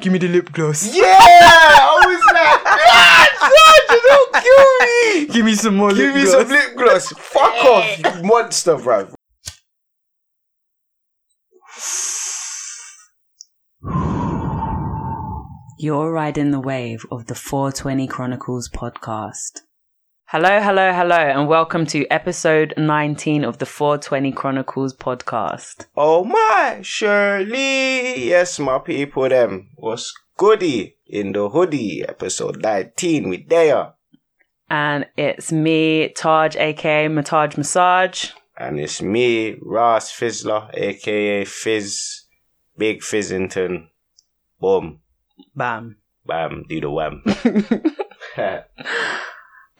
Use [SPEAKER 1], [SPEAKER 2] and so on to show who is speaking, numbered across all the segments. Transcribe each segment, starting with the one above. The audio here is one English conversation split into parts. [SPEAKER 1] Give me the lip gloss.
[SPEAKER 2] Yeah, I was like, God, George, you don't kill me.
[SPEAKER 1] Give me some more
[SPEAKER 2] Give
[SPEAKER 1] lip
[SPEAKER 2] me
[SPEAKER 1] gloss.
[SPEAKER 2] some lip gloss. Fuck off, you monster, bruv.
[SPEAKER 3] You're riding the wave of the 420 Chronicles podcast. Hello, hello, hello, and welcome to episode 19 of the 420 Chronicles podcast.
[SPEAKER 2] Oh my, Shirley. Yes, my people, them. What's goody in the hoodie? Episode 19 with Daya.
[SPEAKER 3] And it's me, Taj, aka Mataj Massage.
[SPEAKER 2] And it's me, Ross Fizzler, aka Fizz, Big Fizzington. Boom,
[SPEAKER 3] Bam.
[SPEAKER 2] bam, do the wham.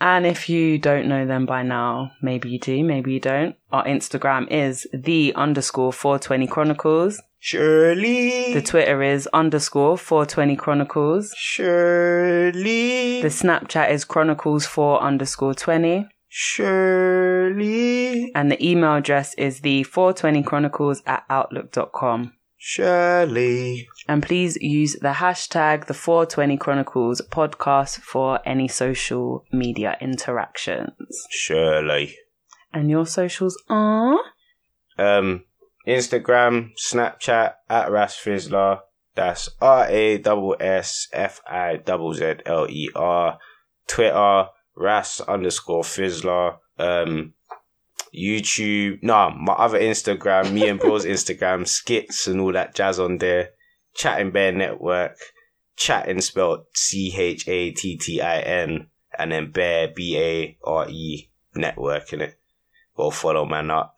[SPEAKER 3] And if you don't know them by now, maybe you do, maybe you don't. Our Instagram is the underscore 420 Chronicles.
[SPEAKER 2] Shirley.
[SPEAKER 3] The Twitter is underscore 420 Chronicles.
[SPEAKER 2] Shirley.
[SPEAKER 3] The Snapchat is Chronicles 4 underscore 20.
[SPEAKER 2] Shirley.
[SPEAKER 3] and the email address is the 420chronicles at outlook.com.
[SPEAKER 2] Shirley.
[SPEAKER 3] And please use the hashtag the 420chronicles podcast for any social media interactions.
[SPEAKER 2] Shirley.
[SPEAKER 3] And your socials are?
[SPEAKER 2] Um, Instagram, Snapchat, at Rasfizzler. That's R A S S F I Z Z L E R. Twitter, Ras underscore Fizzler. Um, YouTube. Nah, my other Instagram, me and Bro's Instagram, skits and all that jazz on there. Chatting Bear Network. Chatting spelled C H A T T I N. And then Bear, B A R E, network in it. Go follow man up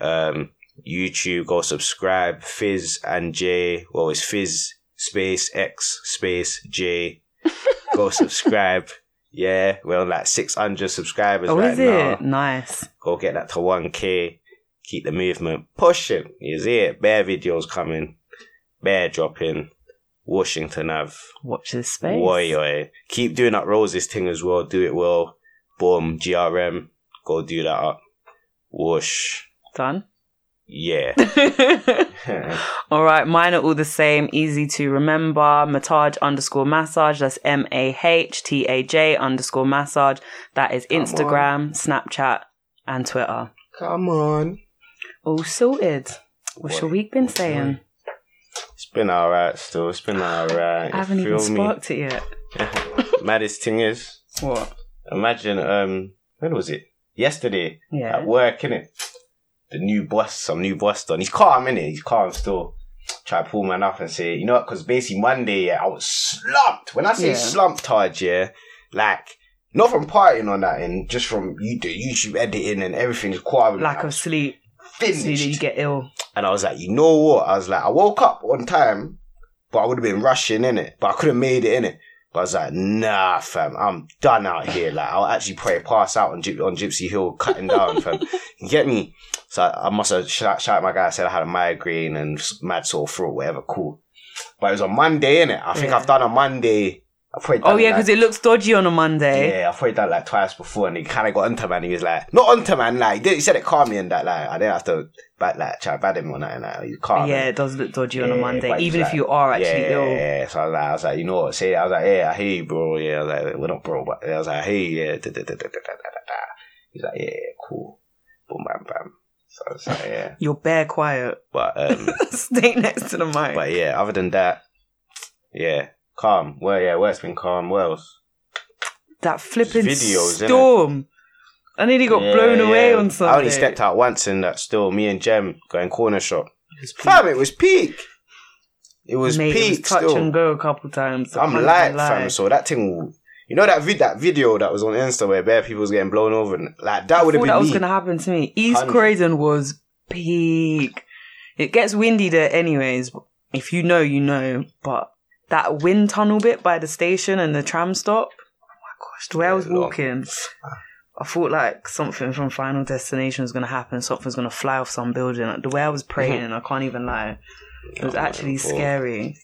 [SPEAKER 2] um, YouTube. Go subscribe. Fizz and J. Well, it's Fizz space X space J. Go subscribe. Yeah, we're on like 600 subscribers
[SPEAKER 3] Oh,
[SPEAKER 2] right
[SPEAKER 3] is
[SPEAKER 2] now.
[SPEAKER 3] it? Nice.
[SPEAKER 2] Go get that to 1K. Keep the movement pushing. You see it? Bear videos coming. Bear dropping. Washington Ave.
[SPEAKER 3] Watch this space.
[SPEAKER 2] Oi, oi. Keep doing that roses thing as well. Do it well. Boom. GRM. Go do that up. Whoosh.
[SPEAKER 3] Done.
[SPEAKER 2] Yeah.
[SPEAKER 3] all right, mine are all the same, easy to remember. Mataj underscore massage, that's M A H T A J underscore massage. That is
[SPEAKER 2] Come on.
[SPEAKER 3] Instagram, Snapchat, and Twitter.
[SPEAKER 2] Come on.
[SPEAKER 3] All sorted. What's your
[SPEAKER 2] What?
[SPEAKER 3] week been saying?
[SPEAKER 2] It's been alright still. It's been alright.
[SPEAKER 3] I haven't
[SPEAKER 2] You
[SPEAKER 3] even
[SPEAKER 2] feel me?
[SPEAKER 3] sparked it yet.
[SPEAKER 2] Maddest thing is,
[SPEAKER 3] What?
[SPEAKER 2] imagine, um, when was it? Yesterday
[SPEAKER 3] Yeah.
[SPEAKER 2] at work, innit? The new boss, some new boss done. He's calm, innit? He's calm still. Try to pull man up and say, you know what? Because basically Monday, yeah, I was slumped. When I say
[SPEAKER 3] Yeah.
[SPEAKER 2] slumped hard, yeah, like, not from partying on that and just from you the YouTube editing and everything is quarreling.
[SPEAKER 3] Lack of sleep.
[SPEAKER 2] finished.
[SPEAKER 3] So that you get ill.
[SPEAKER 2] And I was like, you know what? I was like, I woke up on time, but I would have been rushing in it, but I could have made it in it. But I was like, nah, fam, I'm done out here. Like, I'll actually probably pass out on, Gy- on Gypsy Hill, cutting down, fam. You get me? So I, I must have shout, shout my guy. I said I had a migraine and s- mad sore throat, whatever. Cool. But it was on Monday, innit? I think
[SPEAKER 3] Yeah.
[SPEAKER 2] I've done a Monday. I've probably done
[SPEAKER 3] Oh, yeah,
[SPEAKER 2] like-
[SPEAKER 3] because it looks dodgy on a Monday.
[SPEAKER 2] yeah, I've probably done it, like twice before, and he kind of got onto man. He was like, not onto man, like he, did, he said it calmly and that, like I didn't have to back like try to bad him or nothing. Like he's
[SPEAKER 3] Yeah,
[SPEAKER 2] calm.
[SPEAKER 3] it does look dodgy on a
[SPEAKER 2] Yeah,
[SPEAKER 3] Monday,
[SPEAKER 2] but it's
[SPEAKER 3] even if
[SPEAKER 2] like-
[SPEAKER 3] you are
[SPEAKER 2] Yeah,
[SPEAKER 3] actually
[SPEAKER 2] yeah,
[SPEAKER 3] ill.
[SPEAKER 2] yeah. So I was, like, I was like, you know what? Say, I was like, yeah, I hear you, bro. Yeah, I was like, we're not bro, but I was like, hey, yeah, da da da da da da da da. da. He's like, yeah, cool, boom, bam, bam. So I was like, yeah,
[SPEAKER 3] You're bare quiet.
[SPEAKER 2] but um,
[SPEAKER 3] Stay next to the mic.
[SPEAKER 2] but yeah, other than that, yeah, calm. Well, yeah, work's been calm. What else?
[SPEAKER 3] that flipping
[SPEAKER 2] videos, innit?
[SPEAKER 3] storm. I nearly got
[SPEAKER 2] Yeah,
[SPEAKER 3] blown away
[SPEAKER 2] yeah.
[SPEAKER 3] on Sunday.
[SPEAKER 2] I only stepped out once in that still, me and Jem going corner shop. Fam, it was peak. It was
[SPEAKER 3] Mate, it
[SPEAKER 2] peak
[SPEAKER 3] was touch
[SPEAKER 2] still.
[SPEAKER 3] and go a couple times.
[SPEAKER 2] I'm
[SPEAKER 3] can't
[SPEAKER 2] light,
[SPEAKER 3] lie.
[SPEAKER 2] fam. So that thing, will- you know that vid- that video that was on Insta where bare people was getting blown over, and like that
[SPEAKER 3] I
[SPEAKER 2] would have
[SPEAKER 3] thought
[SPEAKER 2] been
[SPEAKER 3] that
[SPEAKER 2] me.
[SPEAKER 3] was going to happen to me. East
[SPEAKER 2] Hundred.
[SPEAKER 3] Croydon was peak. It gets windy there, anyways. If you know, you know. But that wind tunnel bit by the station and the tram stop. Oh my gosh, the way I was
[SPEAKER 2] Yeah, long.
[SPEAKER 3] walking, I thought like something from Final Destination was going to happen. Something's going to fly off some building. Like, the way I was
[SPEAKER 2] Mm-hmm.
[SPEAKER 3] praying, I can't even lie. It was
[SPEAKER 2] I'm not
[SPEAKER 3] actually
[SPEAKER 2] involved.
[SPEAKER 3] scary.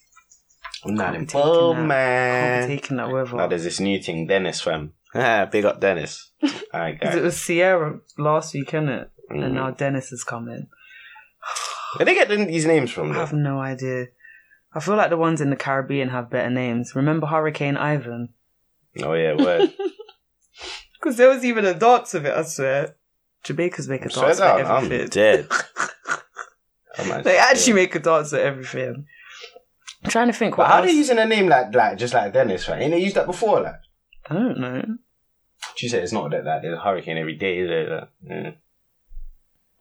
[SPEAKER 2] I'm not
[SPEAKER 3] Can't be
[SPEAKER 2] involved,
[SPEAKER 3] taking that. Can't be
[SPEAKER 2] man.
[SPEAKER 3] taking that
[SPEAKER 2] Now
[SPEAKER 3] weather.
[SPEAKER 2] there's this new thing, Dennis, fam. Ah, Big up, Dennis. Alright,
[SPEAKER 3] 'Cause it
[SPEAKER 2] guys.
[SPEAKER 3] was Sierra last week, innit? And
[SPEAKER 2] Mm.
[SPEAKER 3] now Dennis has come in.
[SPEAKER 2] Where they get these names from?
[SPEAKER 3] I have
[SPEAKER 2] Though?
[SPEAKER 3] no idea. I feel like the ones in the Caribbean have better names. Remember Hurricane Ivan?
[SPEAKER 2] Oh yeah, word.
[SPEAKER 3] Because there was even a dance of it, I swear. Jamaicans make a
[SPEAKER 2] Straight
[SPEAKER 3] dance for
[SPEAKER 2] out, I'm
[SPEAKER 3] everything.
[SPEAKER 2] dead. I'm
[SPEAKER 3] They actually
[SPEAKER 2] dead.
[SPEAKER 3] make a dance for everything. I'm trying to think
[SPEAKER 2] But
[SPEAKER 3] what
[SPEAKER 2] how are
[SPEAKER 3] else.
[SPEAKER 2] they using a name like like just like Dennis? Right? Ain't they used that before? Like
[SPEAKER 3] I don't know.
[SPEAKER 2] she said, it's not that like there's a hurricane every day, is it? Like, mm. yeah.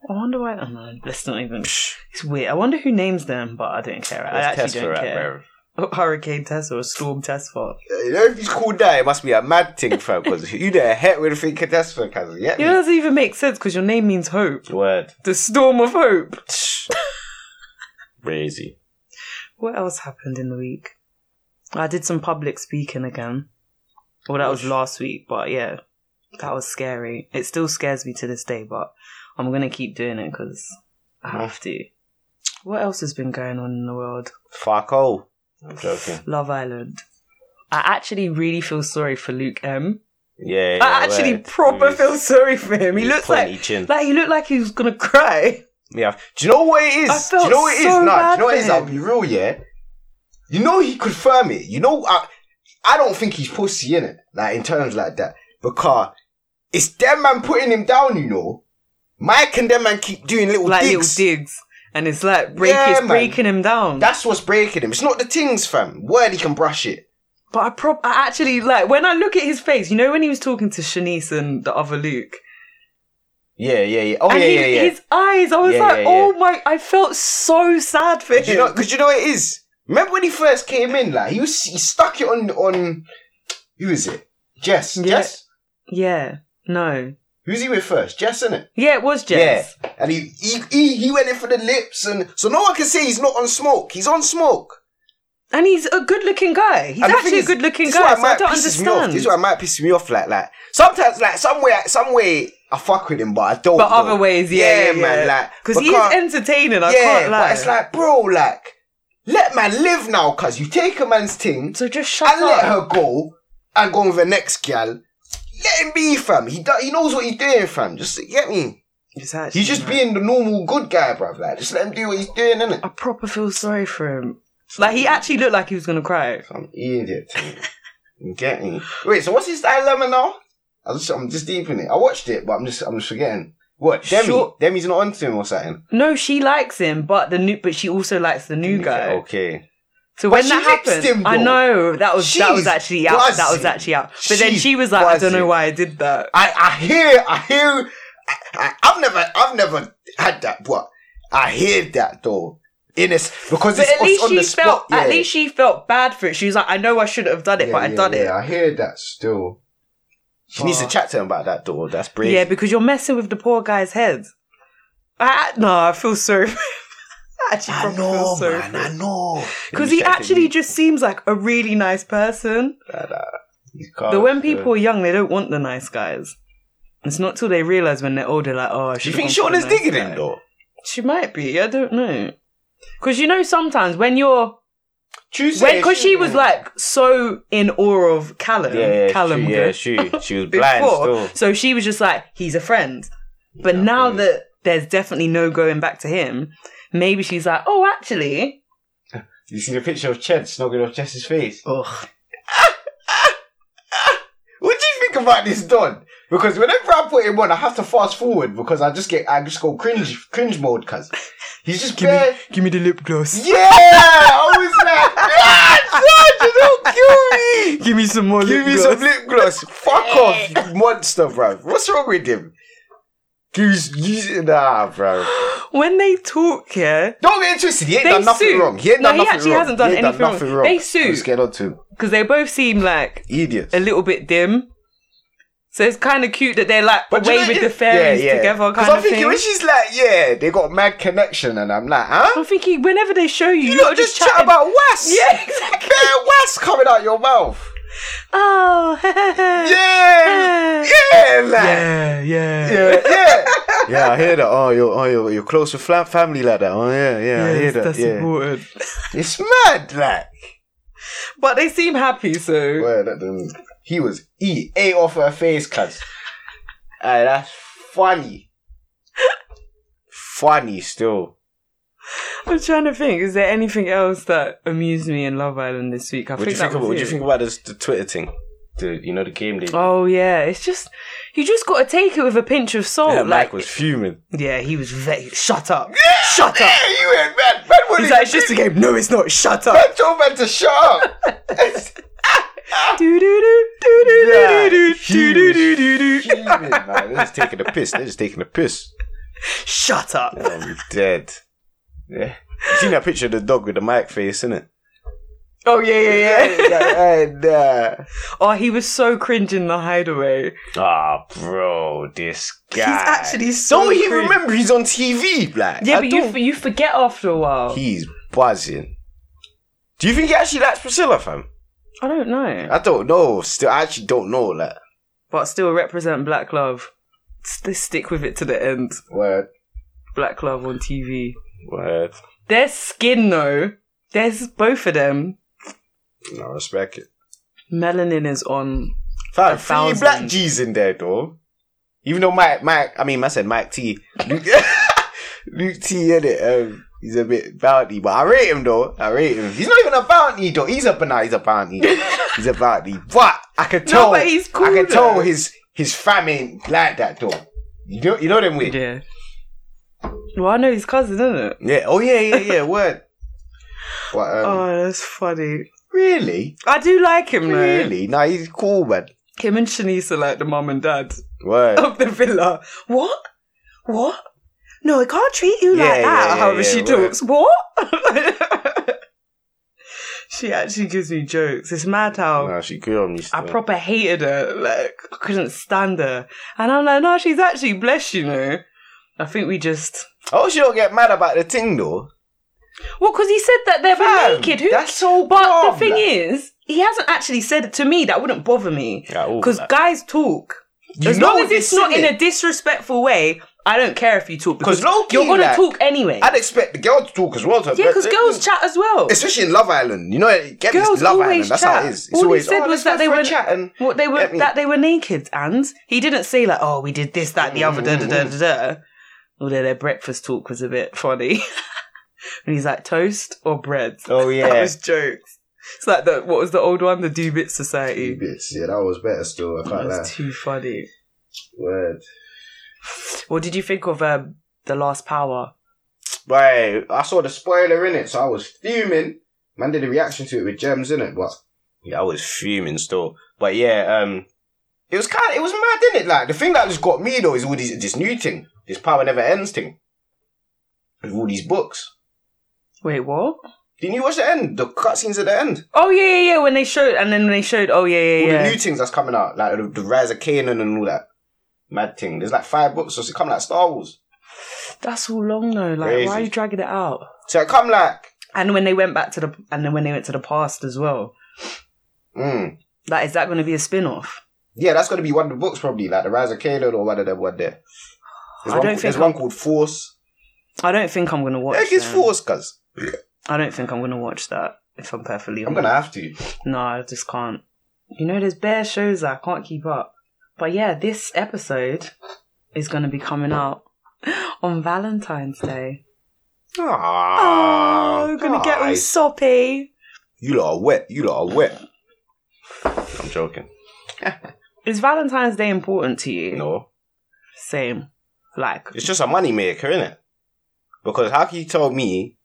[SPEAKER 3] I wonder why. Oh no, let's not even. It's weird. I wonder who names them, but I don't care. I
[SPEAKER 2] Let's
[SPEAKER 3] actually don't
[SPEAKER 2] that,
[SPEAKER 3] care. Oh,
[SPEAKER 2] bruv.
[SPEAKER 3] Hurricane Tess or Storm Tesfa.
[SPEAKER 2] You know, if he's called that, it must be a mad thing, fam. Because you the heck would think that's for cousin. Yeah.
[SPEAKER 3] It doesn't even make sense because your name means hope.
[SPEAKER 2] Word.
[SPEAKER 3] The storm of hope.
[SPEAKER 2] Crazy.
[SPEAKER 3] What else happened in the week? I did some public speaking again. Well, that was
[SPEAKER 2] Gosh.
[SPEAKER 3] last week, but yeah, that was scary. It still scares me to this day, but I'm gonna keep doing it because I
[SPEAKER 2] Mhm.
[SPEAKER 3] have to. What else has been going on in the world?
[SPEAKER 2] Fuck all. I'm joking.
[SPEAKER 3] Love Island. I actually really feel sorry for Luke M.
[SPEAKER 2] Yeah.
[SPEAKER 3] I
[SPEAKER 2] yeah
[SPEAKER 3] actually
[SPEAKER 2] word.
[SPEAKER 3] proper
[SPEAKER 2] He's-
[SPEAKER 3] feel sorry for him. He
[SPEAKER 2] he's
[SPEAKER 3] looks
[SPEAKER 2] pointy
[SPEAKER 3] like
[SPEAKER 2] Chin.
[SPEAKER 3] like he looked like he was gonna cry.
[SPEAKER 2] Yeah. Do you know what it is?
[SPEAKER 3] I felt
[SPEAKER 2] do you know what it is? Nah,
[SPEAKER 3] so
[SPEAKER 2] do
[SPEAKER 3] bad
[SPEAKER 2] you know what
[SPEAKER 3] for
[SPEAKER 2] it is? I'll
[SPEAKER 3] him.
[SPEAKER 2] be real, yeah. You know he could firm it. You know I I don't think he's pussy in it. Like in terms like that. Because it's them man putting him down, you know. Mike and them man keep doing little
[SPEAKER 3] Like
[SPEAKER 2] digs.
[SPEAKER 3] little digs. And it's like break,
[SPEAKER 2] Yeah,
[SPEAKER 3] it's
[SPEAKER 2] man.
[SPEAKER 3] breaking him down.
[SPEAKER 2] That's what's breaking him. It's not the things, fam. Word he can brush it.
[SPEAKER 3] But I prob I actually like when I look at his face, you know when he was talking to Shanice and the other Luke.
[SPEAKER 2] Yeah, yeah, yeah. Oh
[SPEAKER 3] and
[SPEAKER 2] yeah,
[SPEAKER 3] he,
[SPEAKER 2] yeah, yeah.
[SPEAKER 3] his eyes, I was
[SPEAKER 2] Yeah,
[SPEAKER 3] like,
[SPEAKER 2] yeah, yeah.
[SPEAKER 3] oh my I felt so sad for him.
[SPEAKER 2] Do you know? Because you know what it is. Remember when he first came in, like he was, he stuck it on on who is it? Jess.
[SPEAKER 3] Yeah.
[SPEAKER 2] Jess.
[SPEAKER 3] yeah. No.
[SPEAKER 2] Who's he with first? Jess, innit?
[SPEAKER 3] Yeah, it was Jess.
[SPEAKER 2] Yeah. And he, he he he went in for the lips, and so no one can say he's not on smoke. He's on smoke.
[SPEAKER 3] And he's a good looking guy. He's
[SPEAKER 2] And the thing
[SPEAKER 3] actually a
[SPEAKER 2] is,
[SPEAKER 3] good looking
[SPEAKER 2] this is why
[SPEAKER 3] guy, so I
[SPEAKER 2] Mike
[SPEAKER 3] don't
[SPEAKER 2] pisses me off.
[SPEAKER 3] understand.
[SPEAKER 2] This is why might piss me off like that. Sometimes like some way some way I fuck with him, but I don't.
[SPEAKER 3] but
[SPEAKER 2] though.
[SPEAKER 3] other ways, yeah. yeah,
[SPEAKER 2] man.
[SPEAKER 3] yeah.
[SPEAKER 2] Like
[SPEAKER 3] Because he's
[SPEAKER 2] because-
[SPEAKER 3] entertaining, I
[SPEAKER 2] yeah,
[SPEAKER 3] can't lie.
[SPEAKER 2] but it's like, bro, like let man live now, cause you take a man's thing.
[SPEAKER 3] so just shut
[SPEAKER 2] and let
[SPEAKER 3] up.
[SPEAKER 2] her go and go with the next gal. Let him be, fam. He do- he knows what he's doing, fam. Just get me.
[SPEAKER 3] It's actually
[SPEAKER 2] He's just
[SPEAKER 3] mad.
[SPEAKER 2] being the normal good guy, bruv. Like, just let him do what he's doing, innit?
[SPEAKER 3] I proper feel sorry for him. Like he actually looked like he was gonna cry.
[SPEAKER 2] I'm idiot. you get me? Wait, so what's his dilemma now? I just, I'm just deep in it. I watched it, but I'm just I'm just forgetting. What? Demi?
[SPEAKER 3] Sure.
[SPEAKER 2] Demi's not onto him or something.
[SPEAKER 3] No, she likes him, but the new but she also likes the new guy.
[SPEAKER 2] Okay.
[SPEAKER 3] So
[SPEAKER 2] But
[SPEAKER 3] when
[SPEAKER 2] she
[SPEAKER 3] that
[SPEAKER 2] licked
[SPEAKER 3] happened,
[SPEAKER 2] him,
[SPEAKER 3] I
[SPEAKER 2] though.
[SPEAKER 3] know that was that was
[SPEAKER 2] She's
[SPEAKER 3] actually out. That was
[SPEAKER 2] buzzing.
[SPEAKER 3] actually out. But then
[SPEAKER 2] She's
[SPEAKER 3] she was like, I don't know
[SPEAKER 2] buzzing.
[SPEAKER 3] why I did that.
[SPEAKER 2] I I hear I hear I, I, I've never I've never had that, but I hear that though. In this because
[SPEAKER 3] But
[SPEAKER 2] it's,
[SPEAKER 3] at
[SPEAKER 2] it's
[SPEAKER 3] least
[SPEAKER 2] on
[SPEAKER 3] she
[SPEAKER 2] the spot.
[SPEAKER 3] felt at
[SPEAKER 2] yeah.
[SPEAKER 3] least she felt bad for it. She was like, I know I shouldn't have done it,
[SPEAKER 2] Yeah,
[SPEAKER 3] but I
[SPEAKER 2] yeah,
[SPEAKER 3] done
[SPEAKER 2] yeah, I hear that still. She needs to
[SPEAKER 3] Oh.
[SPEAKER 2] chat to him about that though. That's
[SPEAKER 3] it.
[SPEAKER 2] brave.
[SPEAKER 3] Yeah, because you're messing with the poor guy's head. I, I- no, I feel sorry. for him. I actually
[SPEAKER 2] I
[SPEAKER 3] probably
[SPEAKER 2] know,
[SPEAKER 3] feel sorry
[SPEAKER 2] man. I know.
[SPEAKER 3] because he actually just seems like a really nice person.
[SPEAKER 2] Oh,
[SPEAKER 3] But when people are young, they don't want the nice guys. It's not till they realize when they're older, like, oh, I
[SPEAKER 2] Do you
[SPEAKER 3] should've
[SPEAKER 2] think
[SPEAKER 3] gone for
[SPEAKER 2] Sean
[SPEAKER 3] the
[SPEAKER 2] is
[SPEAKER 3] nice
[SPEAKER 2] digging
[SPEAKER 3] guy.
[SPEAKER 2] him though?
[SPEAKER 3] She might be. I don't know. Because you know, sometimes when you're
[SPEAKER 2] Tuesday.
[SPEAKER 3] when because she was like so in awe of Callum,
[SPEAKER 2] yeah, yeah,
[SPEAKER 3] Callum,
[SPEAKER 2] Callum,
[SPEAKER 3] girl,
[SPEAKER 2] yeah, she, she was blind
[SPEAKER 3] before,
[SPEAKER 2] still.
[SPEAKER 3] so she was just like he's a friend. But
[SPEAKER 2] Yeah,
[SPEAKER 3] now
[SPEAKER 2] mm.
[SPEAKER 3] that there's definitely no going back to him, maybe she's like, oh, actually,
[SPEAKER 2] You see the picture of Ched snogging off Jess's face.
[SPEAKER 3] ugh,
[SPEAKER 2] What do you think about this, Don? Because whenever I put him on, I have to fast forward because I just get I just go cringe cringe mode. Cause he's just bare.
[SPEAKER 3] give me the lip gloss,
[SPEAKER 2] Yeah, I was like, ah, George, don't kill me.
[SPEAKER 3] give me some more
[SPEAKER 2] Give me some lip gloss.
[SPEAKER 3] Eh.
[SPEAKER 2] Fuck off, you monster, bro. What's wrong with him? He's using nah, bro.
[SPEAKER 3] When they talk, yeah,
[SPEAKER 2] Don't get it twisted. He ain't
[SPEAKER 3] They
[SPEAKER 2] done nothing
[SPEAKER 3] sue.
[SPEAKER 2] wrong. He ain't
[SPEAKER 3] No,
[SPEAKER 2] done
[SPEAKER 3] he
[SPEAKER 2] nothing
[SPEAKER 3] actually
[SPEAKER 2] wrong.
[SPEAKER 3] hasn't done
[SPEAKER 2] he ain't
[SPEAKER 3] anything wrong.
[SPEAKER 2] nothing wrong.
[SPEAKER 3] They sue.
[SPEAKER 2] Let's get on to him.
[SPEAKER 3] because they both seem like
[SPEAKER 2] Idiots.
[SPEAKER 3] a little bit dim. So it's kind of cute that they're like
[SPEAKER 2] But
[SPEAKER 3] away
[SPEAKER 2] you know,
[SPEAKER 3] with
[SPEAKER 2] it-
[SPEAKER 3] the fairies
[SPEAKER 2] yeah, yeah.
[SPEAKER 3] together,
[SPEAKER 2] 'Cause
[SPEAKER 3] kind
[SPEAKER 2] I'm
[SPEAKER 3] of
[SPEAKER 2] thinking
[SPEAKER 3] thing.
[SPEAKER 2] when she's like, yeah, they got a mad connection, and I'm like, huh?
[SPEAKER 3] I'm thinking whenever they show you,
[SPEAKER 2] You
[SPEAKER 3] you
[SPEAKER 2] know,
[SPEAKER 3] gotta
[SPEAKER 2] just chat
[SPEAKER 3] just chatting.
[SPEAKER 2] about West.
[SPEAKER 3] Yeah, exactly.
[SPEAKER 2] Bare West coming out your mouth.
[SPEAKER 3] Oh,
[SPEAKER 2] Yeah. yeah, like,
[SPEAKER 3] yeah.
[SPEAKER 2] yeah, yeah. yeah, I hear that. Oh, you're, oh, you're, you're close with fam- family like that. Oh, yeah, yeah, I hear that. yeah.
[SPEAKER 3] important.
[SPEAKER 2] It's mad, like.
[SPEAKER 3] But they seem happy, so
[SPEAKER 2] Well, that didn't- he was he ate off her face, cuz. Aye, that's funny. funny still.
[SPEAKER 3] I'm trying to think. Is there anything else that amused me in Love Island this week? I
[SPEAKER 2] What do you
[SPEAKER 3] that
[SPEAKER 2] think about?
[SPEAKER 3] was
[SPEAKER 2] What do
[SPEAKER 3] it.
[SPEAKER 2] you think about this the Twitter thing? The you know the game league.
[SPEAKER 3] Oh yeah, it's just you just got to take it with a pinch of salt.
[SPEAKER 2] yeah,
[SPEAKER 3] like
[SPEAKER 2] Mike was fuming.
[SPEAKER 3] yeah, he was very shut up, shut up.
[SPEAKER 2] you ain't mad. Man, what
[SPEAKER 3] He's like, it's just a game. No, it's not. Shut up.
[SPEAKER 2] I told man to shut up.
[SPEAKER 3] Do do do do do do do do do do do.
[SPEAKER 2] Fuming, man. They're just taking a piss. They're just taking a piss.
[SPEAKER 3] Shut up.
[SPEAKER 2] I'm dead. Yeah. You seen that picture of the dog with the mic face, innit?
[SPEAKER 3] Oh yeah yeah yeah.
[SPEAKER 2] and, uh,
[SPEAKER 3] Oh, he was so cringe in the hideaway.
[SPEAKER 2] Ah, bro, this guy.
[SPEAKER 3] He's actually so.
[SPEAKER 2] Don't he
[SPEAKER 3] cringe.
[SPEAKER 2] remember he's on TV, like?
[SPEAKER 3] Yeah,
[SPEAKER 2] I
[SPEAKER 3] but you
[SPEAKER 2] don't-
[SPEAKER 3] f- you forget after a while.
[SPEAKER 2] He's buzzing. Do you think he actually likes Priscilla, fam?
[SPEAKER 3] I don't know.
[SPEAKER 2] I don't know. Still, I actually don't know. Like,
[SPEAKER 3] but still represent black love. St- stick with it to the end.
[SPEAKER 2] word,
[SPEAKER 3] Black love on TV.
[SPEAKER 2] word.
[SPEAKER 3] Their skin though, there's both of them.
[SPEAKER 2] I respect it.
[SPEAKER 3] Melanin is on.
[SPEAKER 2] Fam,
[SPEAKER 3] A
[SPEAKER 2] three
[SPEAKER 3] thousand.
[SPEAKER 2] black G's in there though. Even though Mike, Mike, I mean, I said Mike T, Luke, Luke T, in it, um, he's a bit bounty, but I rate him though. I rate him. He's not even a bounty though. He's a banana. He's a bounty. he's a bounty. But I can tell.
[SPEAKER 3] but he's cool,
[SPEAKER 2] I can
[SPEAKER 3] though.
[SPEAKER 2] tell his his fam ain't like that though. You know, you know them way. Yeah.
[SPEAKER 3] Yeah. Well, I know his cousin, isn't it?
[SPEAKER 2] Oh yeah, yeah, yeah. Word. But um,
[SPEAKER 3] Oh, that's funny.
[SPEAKER 2] really,
[SPEAKER 3] I do like him though.
[SPEAKER 2] really, nah, he's cool, man.
[SPEAKER 3] Him and Shanice are like the mum and dad
[SPEAKER 2] Word.
[SPEAKER 3] of the villa. What? What? No, I can't treat you
[SPEAKER 2] Yeah,
[SPEAKER 3] like
[SPEAKER 2] yeah,
[SPEAKER 3] that.
[SPEAKER 2] yeah,
[SPEAKER 3] however
[SPEAKER 2] yeah,
[SPEAKER 3] she
[SPEAKER 2] right.
[SPEAKER 3] talks. What? she actually gives me jokes. It's mad how
[SPEAKER 2] Nah, she good on me.
[SPEAKER 3] I
[SPEAKER 2] still.
[SPEAKER 3] proper hated her. Like, I couldn't stand her. And I'm like, no, she's actually blessed, you know. I think we just.
[SPEAKER 2] I hope she don't get mad about the thing though.
[SPEAKER 3] Well, because he said that they're
[SPEAKER 2] Fam,
[SPEAKER 3] naked. Who?
[SPEAKER 2] that's so
[SPEAKER 3] But
[SPEAKER 2] calm,
[SPEAKER 3] the thing
[SPEAKER 2] like.
[SPEAKER 3] is, he hasn't actually said it to me. That wouldn't bother me.
[SPEAKER 2] Yeah, all
[SPEAKER 3] Because
[SPEAKER 2] that.
[SPEAKER 3] guys talk.
[SPEAKER 2] You
[SPEAKER 3] as long
[SPEAKER 2] know
[SPEAKER 3] as it's
[SPEAKER 2] this,
[SPEAKER 3] not in
[SPEAKER 2] innit?
[SPEAKER 3] a disrespectful way, I don't care if you talk. Because
[SPEAKER 2] 'Cause low-key,
[SPEAKER 3] you're going
[SPEAKER 2] like-
[SPEAKER 3] to talk anyway.
[SPEAKER 2] I'd expect the girl to talk as well. To Mm.
[SPEAKER 3] yeah, because girls chat as well.
[SPEAKER 2] especially in Love Island, you know, get
[SPEAKER 3] Girls
[SPEAKER 2] this Love Island.
[SPEAKER 3] always
[SPEAKER 2] That's
[SPEAKER 3] chat.
[SPEAKER 2] how it is. It's
[SPEAKER 3] All he
[SPEAKER 2] always
[SPEAKER 3] said
[SPEAKER 2] oh,
[SPEAKER 3] was
[SPEAKER 2] let's
[SPEAKER 3] that
[SPEAKER 2] go
[SPEAKER 3] they
[SPEAKER 2] for a
[SPEAKER 3] were-
[SPEAKER 2] chat and
[SPEAKER 3] What they were
[SPEAKER 2] Get me.
[SPEAKER 3] that they were naked, and he didn't say like, "Oh, we did this, that, the other." Da da da da. da. Although their breakfast talk was a bit funny, and he's like, "Toast or bread?"
[SPEAKER 2] oh
[SPEAKER 3] That was jokes. It's like the what was the old one, the Do Bit Society.
[SPEAKER 2] bits. Yeah, that was better still. I
[SPEAKER 3] That was too funny.
[SPEAKER 2] Word.
[SPEAKER 3] What did you think of um, the Last Power?
[SPEAKER 2] Right, I saw the spoiler in it, so I was fuming. Man did a reaction to it with gems in it, but yeah, I was fuming still. But yeah, um, it was kind, it was mad in it. Like the thing that just got me though is all these this new thing, this power never ends thing, with all these books.
[SPEAKER 3] Wait, what?
[SPEAKER 2] Didn't you watch the end? The cutscenes at the end.
[SPEAKER 3] Oh yeah, yeah, yeah. When they showed, and then they showed. Oh yeah,
[SPEAKER 2] All
[SPEAKER 3] yeah,
[SPEAKER 2] the
[SPEAKER 3] yeah.
[SPEAKER 2] new things that's coming out, like the, the Rise of Canaan and all that mad thing. There's like five books, so it's come like Star Wars.
[SPEAKER 3] That's all long though. Like,
[SPEAKER 2] Crazy.
[SPEAKER 3] why are you dragging it out?
[SPEAKER 2] So it come like,
[SPEAKER 3] And when they went back to the, and then when they went to the past as well.
[SPEAKER 2] mm,
[SPEAKER 3] Like, is that going to be a spin off?
[SPEAKER 2] yeah, that's gonna be one of the books probably, like the Rise of Canaan or one of them one there. There's one,
[SPEAKER 3] I don't think
[SPEAKER 2] there's
[SPEAKER 3] I'm-
[SPEAKER 2] one called Force.
[SPEAKER 3] I don't think I'm going to watch.
[SPEAKER 2] Heck, it's
[SPEAKER 3] that.
[SPEAKER 2] Force, cuz
[SPEAKER 3] I don't think I'm going to watch that. If I'm perfectly honest,
[SPEAKER 2] I'm gonna have to.
[SPEAKER 3] No, I just can't. You know, there's bare shows that I can't keep up. But yeah, this episode is going to be coming out on Valentine's Day.
[SPEAKER 2] Aww,
[SPEAKER 3] oh, going to get all soppy.
[SPEAKER 2] You lot are wet. You lot are wet. I'm joking.
[SPEAKER 3] Is Valentine's Day important to you?
[SPEAKER 2] No,
[SPEAKER 3] Same. Like,
[SPEAKER 2] it's just a moneymaker, innit? Because how can you tell me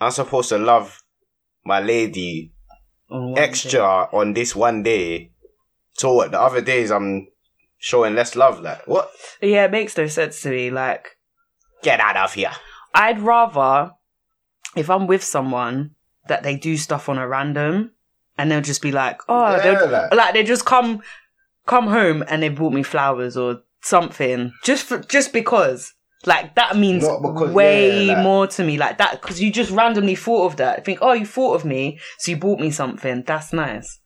[SPEAKER 2] I'm supposed to love my lady
[SPEAKER 3] on one
[SPEAKER 2] extra
[SPEAKER 3] day.
[SPEAKER 2] on this one day. So what? The other days I'm showing less love. Like what?
[SPEAKER 3] Yeah, it makes no sense to me. Like,
[SPEAKER 2] Get out of here.
[SPEAKER 3] I'd rather if I'm with someone that they do stuff on a random and they'll just be like, oh,
[SPEAKER 2] Yeah,
[SPEAKER 3] they'll,
[SPEAKER 2] like-
[SPEAKER 3] like they just come come home and they brought me flowers or something just for, just because. Like that means
[SPEAKER 2] Not because-
[SPEAKER 3] way
[SPEAKER 2] yeah, like-
[SPEAKER 3] more to me. Like that because you just randomly thought of that. Think, oh, you thought of me, so you bought me something. That's nice.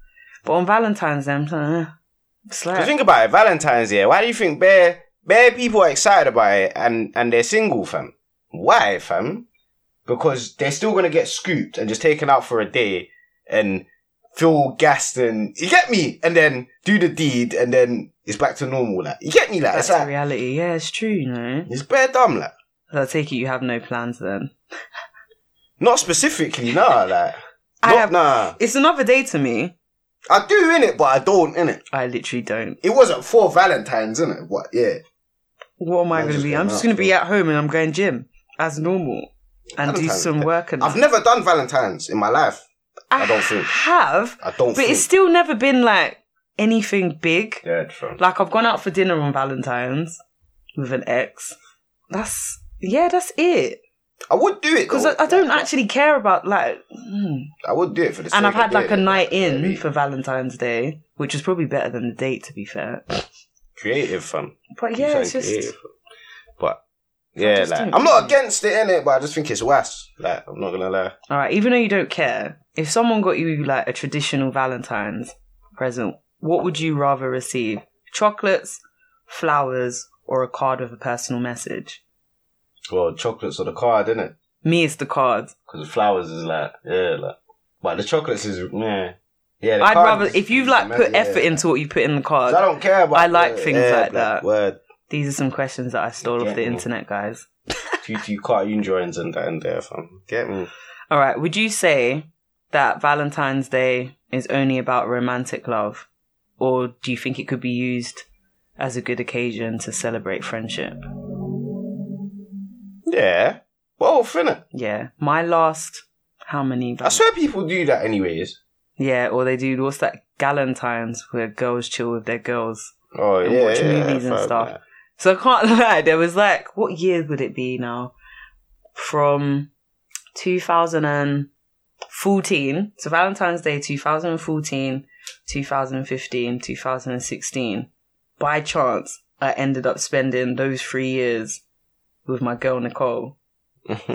[SPEAKER 3] But on Valentine's Day, I'm like, eh, it's like-
[SPEAKER 2] Cause think about it. Valentine's Day. Why do you think bare bare people are excited about it and and they're single, fam? Why, fam? Because they're still gonna get scooped and just taken out for a day and feel gassed and you get me, and then do the deed and then it's back to normal. Like you get me, like
[SPEAKER 3] that's
[SPEAKER 2] it's
[SPEAKER 3] the
[SPEAKER 2] like
[SPEAKER 3] reality. Yeah, it's true. You know,
[SPEAKER 2] it's bare dumb, like.
[SPEAKER 3] So I take it you have no plans then.
[SPEAKER 2] Not specifically, nah, like.
[SPEAKER 3] I
[SPEAKER 2] not,
[SPEAKER 3] have-
[SPEAKER 2] nah.
[SPEAKER 3] It's another day to me.
[SPEAKER 1] I do in it, but I don't in it.
[SPEAKER 3] I literally don't.
[SPEAKER 1] It wasn't for Valentine's in it, but yeah.
[SPEAKER 3] What am I
[SPEAKER 1] I'm
[SPEAKER 3] going to
[SPEAKER 1] just
[SPEAKER 3] be?
[SPEAKER 1] going
[SPEAKER 3] I'm just
[SPEAKER 1] out,
[SPEAKER 3] going to be
[SPEAKER 1] bro.
[SPEAKER 3] at home and I'm going gym as normal and do
[SPEAKER 1] Valentine's
[SPEAKER 3] some
[SPEAKER 1] Day.
[SPEAKER 3] work. And
[SPEAKER 1] I've never done Valentine's in my life. I don't think.
[SPEAKER 3] have,
[SPEAKER 1] I don't.
[SPEAKER 3] but
[SPEAKER 1] think.
[SPEAKER 3] it's still never been like anything big.
[SPEAKER 2] Dead from.
[SPEAKER 3] Like I've gone out for dinner on Valentine's with an ex. That's yeah, that's it.
[SPEAKER 1] I would do it
[SPEAKER 3] Because
[SPEAKER 1] though.
[SPEAKER 3] I, I don't
[SPEAKER 1] Like,
[SPEAKER 3] actually care about like. hmm.
[SPEAKER 1] I would do it for the. sake
[SPEAKER 3] And I've had
[SPEAKER 1] of
[SPEAKER 3] like a
[SPEAKER 1] doing it,
[SPEAKER 3] night
[SPEAKER 1] you know what I
[SPEAKER 3] in
[SPEAKER 1] mean?
[SPEAKER 3] for Valentine's Day, which is probably better than the date, to be fair.
[SPEAKER 2] Creative, fam.
[SPEAKER 3] But
[SPEAKER 2] Keep
[SPEAKER 3] yeah, it's
[SPEAKER 2] saying
[SPEAKER 3] just
[SPEAKER 2] creative. But, yeah,
[SPEAKER 3] just
[SPEAKER 2] like.
[SPEAKER 3] don't-
[SPEAKER 1] I'm not against it in it, but I just think it's worse. Like I'm not gonna lie.
[SPEAKER 3] all right. Even though you don't care, if someone got you like a traditional Valentine's present, what would you rather receive? Chocolates, flowers, or a card with a personal message?
[SPEAKER 2] Well, chocolates on the card, innit?
[SPEAKER 3] Me, it's the card.
[SPEAKER 2] Because the flowers is like, yeah, like. But the chocolates is, yeah. Yeah, the
[SPEAKER 3] I'd
[SPEAKER 2] card
[SPEAKER 3] rather
[SPEAKER 2] is-
[SPEAKER 3] if you've like
[SPEAKER 1] yeah,
[SPEAKER 3] put
[SPEAKER 1] yeah.
[SPEAKER 3] effort into what you put in the
[SPEAKER 1] 'Cause
[SPEAKER 3] card.
[SPEAKER 1] I don't care about.
[SPEAKER 3] I like things like
[SPEAKER 1] black
[SPEAKER 3] that.
[SPEAKER 1] Word.
[SPEAKER 3] These are some questions that I stole off the
[SPEAKER 2] Yeah.
[SPEAKER 3] internet, guys.
[SPEAKER 2] Two, two cartoon drawings and that and there, fam. Get me.
[SPEAKER 3] All right, would you say that Valentine's Day is only about romantic love, or do you think it could be used as a good occasion to celebrate friendship?
[SPEAKER 2] Yeah.
[SPEAKER 1] Well, finna.
[SPEAKER 3] Yeah, my last how many?
[SPEAKER 1] I swear people do that anyways.
[SPEAKER 3] yeah, or they do what's that? Galentine's, where girls chill with their girls.
[SPEAKER 2] Oh,
[SPEAKER 3] And
[SPEAKER 2] yeah.
[SPEAKER 3] watch
[SPEAKER 2] yeah,
[SPEAKER 3] movies and
[SPEAKER 2] fam,
[SPEAKER 3] stuff.
[SPEAKER 2] like.
[SPEAKER 3] So I can't lie. There was like, what year would it be now? From 2014, so Valentine's Day 2014, 2015, 2016. By chance, I ended up spending those three years with my girl Nicole.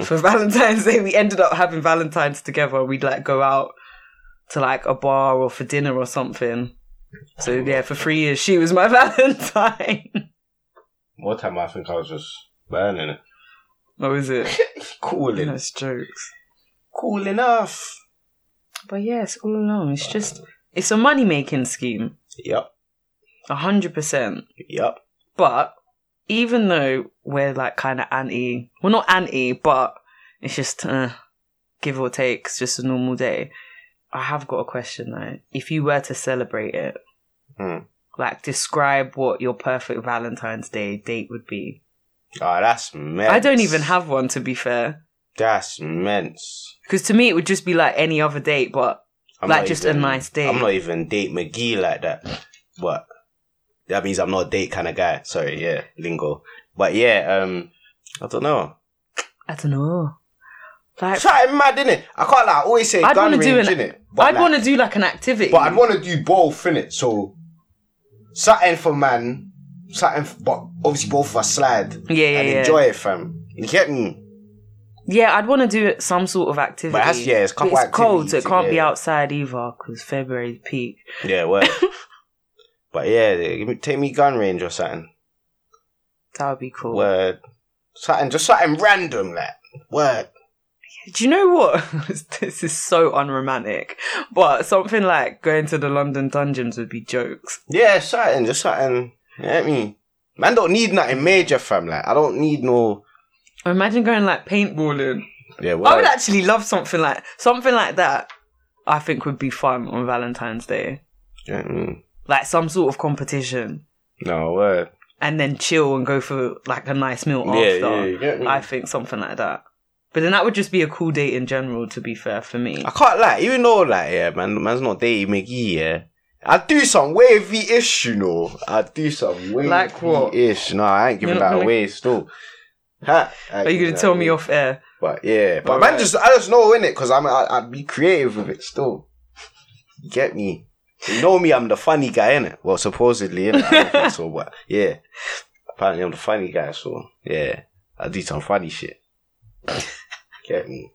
[SPEAKER 3] For Valentine's Day, we ended up having Valentine's together. We'd like go out to like a bar or for dinner or something. So yeah, for three years, she was my Valentine.
[SPEAKER 2] One time I think I was just burning it.
[SPEAKER 3] What was it?
[SPEAKER 2] Cooling.
[SPEAKER 3] That's jokes.
[SPEAKER 2] Cool enough.
[SPEAKER 3] But yeah, it's all along. It's just it's a money making scheme.
[SPEAKER 2] Yep.
[SPEAKER 3] A hundred percent.
[SPEAKER 2] Yep.
[SPEAKER 3] But even though we're like kinda anti well not anti, but it's just uh, give or take, it's just a normal day. I have got a question though. If you were to celebrate it,
[SPEAKER 2] Hmm.
[SPEAKER 3] like describe what your perfect Valentine's Day date would be.
[SPEAKER 2] Oh, that's immense.
[SPEAKER 3] I don't even have one to be fair.
[SPEAKER 2] That's immense.
[SPEAKER 3] Because to me it would just be like any other date, but Like,
[SPEAKER 2] not
[SPEAKER 3] just a nice date.
[SPEAKER 2] I'm not even date McGee like that. But that means I'm not a date kind of guy. Sorry, yeah, lingo. But yeah, um, I don't know.
[SPEAKER 3] I don't know. Like
[SPEAKER 1] Try it mad in it. I can't like I always say
[SPEAKER 3] I'd
[SPEAKER 1] gun
[SPEAKER 3] wanna do
[SPEAKER 1] range
[SPEAKER 3] an-
[SPEAKER 1] in it. But
[SPEAKER 3] I'd
[SPEAKER 1] like,
[SPEAKER 3] want to do like an activity.
[SPEAKER 1] But I'd want to do both in it. So something for man, something. For, but obviously both of us slide
[SPEAKER 3] yeah, yeah,
[SPEAKER 1] and
[SPEAKER 3] yeah.
[SPEAKER 1] enjoy it, fam. You get me?
[SPEAKER 3] Yeah, I'd want to do it- some sort of activity.
[SPEAKER 1] But that's- yeah, it's
[SPEAKER 3] But
[SPEAKER 1] couple
[SPEAKER 3] cold, so it
[SPEAKER 1] activities,
[SPEAKER 3] can't be
[SPEAKER 1] yeah.
[SPEAKER 3] outside either because February's peak.
[SPEAKER 2] Yeah, well. but yeah, give me, take me gun range or something.
[SPEAKER 3] That would be cool.
[SPEAKER 2] Word.
[SPEAKER 1] Something just something random, like word.
[SPEAKER 3] Do you know what? this is so unromantic, but something like going to the London dungeons would be jokes.
[SPEAKER 2] Yeah, something, just something. You know what I mean?
[SPEAKER 1] Man, don't need nothing major, fam. Like I don't need no.
[SPEAKER 3] Imagine going like paintballing.
[SPEAKER 2] Yeah,
[SPEAKER 3] I would
[SPEAKER 2] word.
[SPEAKER 3] actually love something like something like that. I think would be fun on Valentine's Day,
[SPEAKER 2] You know what I mean?
[SPEAKER 3] like some sort of competition,
[SPEAKER 2] No, word.
[SPEAKER 3] and then chill and go for like a nice meal
[SPEAKER 2] Yeah,
[SPEAKER 3] after.
[SPEAKER 2] yeah, you get me?
[SPEAKER 3] I think something like that. But then that would just be a cool date in general, to be fair, for me.
[SPEAKER 2] I can't lie, even though like yeah, man, man's not dating McGee, yeah.
[SPEAKER 1] I do some wavy ish, you know. I do some wavy
[SPEAKER 3] Like what?
[SPEAKER 1] ish. No, I ain't giving
[SPEAKER 3] You're not
[SPEAKER 1] that
[SPEAKER 3] gonna-
[SPEAKER 1] away. Still. Ha, I ain't
[SPEAKER 3] Are
[SPEAKER 1] giving
[SPEAKER 3] you going to
[SPEAKER 1] that
[SPEAKER 3] tell me
[SPEAKER 1] away.
[SPEAKER 3] off air?
[SPEAKER 1] But yeah, but
[SPEAKER 2] Alright.
[SPEAKER 1] man, just I just know in it because I'm I, I be creative with it still. You get me?
[SPEAKER 2] You know me, I'm the funny guy, innit? Well, supposedly, innit? I don't think so, but yeah. Apparently, I'm the funny guy, so yeah. I do some funny shit. Get me?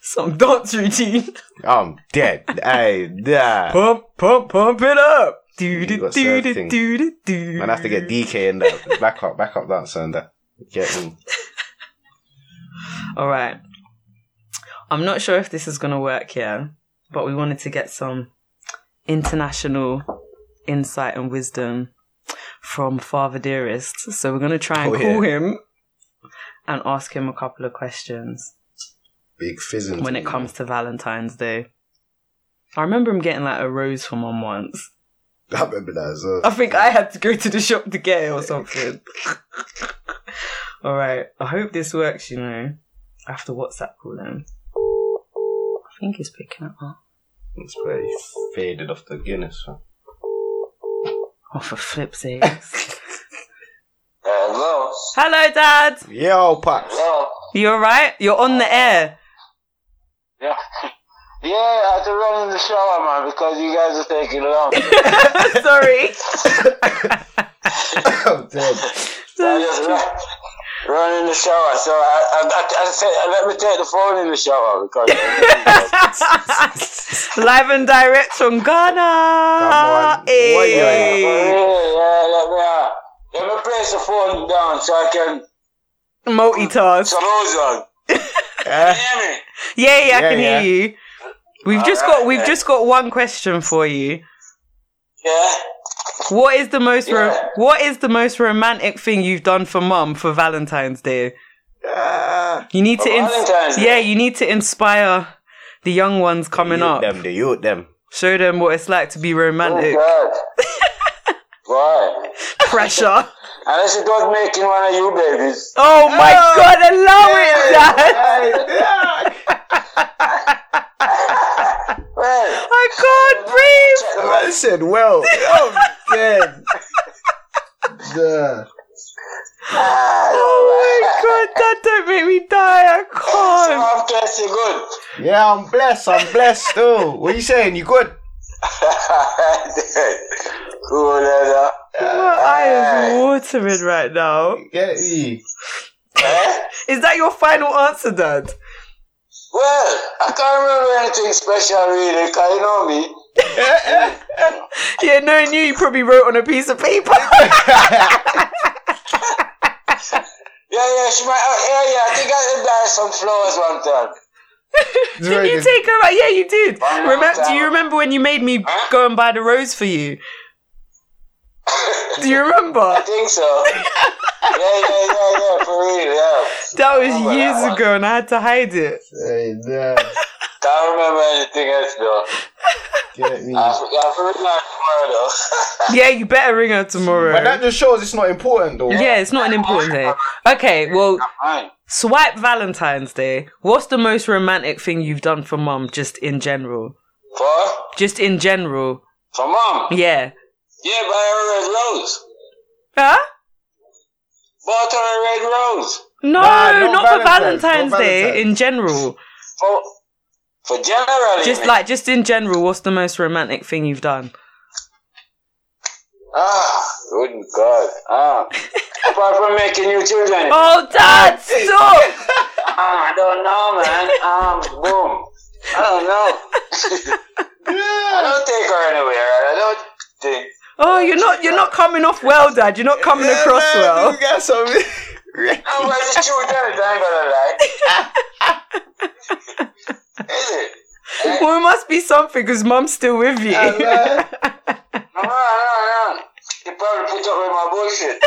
[SPEAKER 3] Some dance routine.
[SPEAKER 2] I'm dead. I die.
[SPEAKER 3] pump, pump, pump it up. Do
[SPEAKER 2] You
[SPEAKER 3] do
[SPEAKER 2] got
[SPEAKER 3] do
[SPEAKER 2] served
[SPEAKER 3] do
[SPEAKER 2] thing.
[SPEAKER 3] do do.
[SPEAKER 2] Man, I have to get DK in that. Back up, back up dancer and that. Get me?
[SPEAKER 3] All right. I'm not sure if this is going to work here, but we wanted to get some international insight and wisdom from Father Dearest. So we're going to try and
[SPEAKER 2] Oh, yeah.
[SPEAKER 3] call him and ask him a couple of questions.
[SPEAKER 1] Big fizzing.
[SPEAKER 3] when it comes to Valentine's Day. I remember him getting like a rose for mum once.
[SPEAKER 1] I remember that as well.
[SPEAKER 3] I think I had to go to the shop to get it or something. All right. I hope this works. You know, I have to WhatsApp call him. I think he's picking it up.
[SPEAKER 2] It's pretty faded off the Guinness. Huh?
[SPEAKER 3] Oh, for flip's sakes!
[SPEAKER 1] Uh,
[SPEAKER 4] Hello.
[SPEAKER 3] Hello, Dad.
[SPEAKER 1] Yo, Paps.
[SPEAKER 4] Hello.
[SPEAKER 3] You all right? You're on the air.
[SPEAKER 4] Yeah. Yeah, I had to run in the shower, man, because you guys are taking long.
[SPEAKER 3] Sorry.
[SPEAKER 1] I'm dead.
[SPEAKER 4] I just ran, run in the shower, so I, I, I, I said, let me take the phone in the shower because.
[SPEAKER 3] Live and direct from Ghana.
[SPEAKER 1] on. Why you
[SPEAKER 4] Yeah,
[SPEAKER 3] Hey.
[SPEAKER 4] let me, uh, let me place the phone down so I can.
[SPEAKER 3] Multitask.
[SPEAKER 4] So those on.
[SPEAKER 1] Eh?
[SPEAKER 4] Hear me?
[SPEAKER 3] Yeah, yeah, I
[SPEAKER 1] Yeah,
[SPEAKER 3] can
[SPEAKER 1] yeah.
[SPEAKER 3] hear you. We've just
[SPEAKER 4] Alright,
[SPEAKER 3] got we've
[SPEAKER 4] yeah.
[SPEAKER 3] just got one question for you.
[SPEAKER 4] Yeah.
[SPEAKER 3] What is the most ro-
[SPEAKER 4] Yeah.
[SPEAKER 3] what is the most romantic thing you've done for mum for Valentine's Day?
[SPEAKER 1] Ah.
[SPEAKER 3] You need
[SPEAKER 4] For
[SPEAKER 3] to ins-
[SPEAKER 4] Valentine's Day?
[SPEAKER 3] yeah, you need to inspire the young ones coming
[SPEAKER 2] You
[SPEAKER 3] up.
[SPEAKER 2] Them, the youth, them.
[SPEAKER 3] Show them what it's like to be
[SPEAKER 4] Oh,
[SPEAKER 3] romantic.
[SPEAKER 4] God. Why?
[SPEAKER 3] Pressure.
[SPEAKER 4] Unless you don't make it one of you babies.
[SPEAKER 3] Oh my god, allow it, Dad.
[SPEAKER 1] Hey, yeah.
[SPEAKER 4] Well,
[SPEAKER 3] I can't breathe.
[SPEAKER 4] check them out.
[SPEAKER 1] I said, well, I'm dead. Duh.
[SPEAKER 4] Oh
[SPEAKER 3] Oh my god, Dad, don't make me die. I
[SPEAKER 4] So
[SPEAKER 3] can't.
[SPEAKER 4] I'm tasting good.
[SPEAKER 1] Yeah, I'm blessed. I'm blessed still. What you saying? You good?
[SPEAKER 4] cool, Lena.
[SPEAKER 3] My eye is watering right now.
[SPEAKER 1] Get me.
[SPEAKER 4] Eh?
[SPEAKER 3] Is that your final answer, Dad?
[SPEAKER 4] Well, I can't remember anything special really, 'cause you know me.
[SPEAKER 1] Eh,
[SPEAKER 3] Yeah, knowing you, you probably wrote on a piece of paper.
[SPEAKER 4] Yeah, yeah, she might. Oh, yeah, yeah, I think I did buy some flowers one time.
[SPEAKER 3] did you take her out? Yeah, you did.
[SPEAKER 4] Wow.
[SPEAKER 3] Remember? Do you remember when you made me go and buy the rose for you? Do you
[SPEAKER 4] I
[SPEAKER 3] remember?
[SPEAKER 4] think so. yeah, yeah, yeah, yeah, for real, yeah.
[SPEAKER 3] That was
[SPEAKER 4] Remember that
[SPEAKER 3] years
[SPEAKER 4] one.
[SPEAKER 3] ago, and I had to hide it.
[SPEAKER 1] Hey, nah.
[SPEAKER 4] Can't remember anything else though.
[SPEAKER 1] Get me.
[SPEAKER 4] I, for- I forgot tomorrow though.
[SPEAKER 3] Yeah, you better ring her tomorrow.
[SPEAKER 1] But that just shows it's not important though.
[SPEAKER 3] yeah, it's not an important day. Okay, well,
[SPEAKER 4] Fine.
[SPEAKER 3] swipe Valentine's Day. What's the most romantic thing you've done for mum, just in general?
[SPEAKER 4] For?
[SPEAKER 3] Just in general.
[SPEAKER 4] For mom?
[SPEAKER 3] Yeah.
[SPEAKER 4] Yeah, buy her a red rose.
[SPEAKER 3] Huh?
[SPEAKER 4] Bought her a red rose.
[SPEAKER 3] No,
[SPEAKER 1] Nah, not
[SPEAKER 3] not, for
[SPEAKER 1] Valentine's,
[SPEAKER 3] Valentine's,
[SPEAKER 1] not
[SPEAKER 3] Day
[SPEAKER 1] Valentine's.
[SPEAKER 3] in general.
[SPEAKER 4] For, for generally.
[SPEAKER 3] Just like, just in general, what's the most romantic thing you've done?
[SPEAKER 4] Ah, good God. Ah. Apart from making new children.
[SPEAKER 3] Oh, Dad, stop!
[SPEAKER 4] Ah, I don't know, man. Um, boom. I don't know. I don't take her anywhere. I don't think.
[SPEAKER 3] Oh, you're not, you're not coming off well, Dad. You're not coming across well.
[SPEAKER 1] You got some.
[SPEAKER 4] I'm going to shoot her. I ain't gonna lie. Is it?
[SPEAKER 3] Well, it must be something because Mum's still with you.
[SPEAKER 1] Hello.
[SPEAKER 4] No, no, no, no. You probably put up with my bullshit.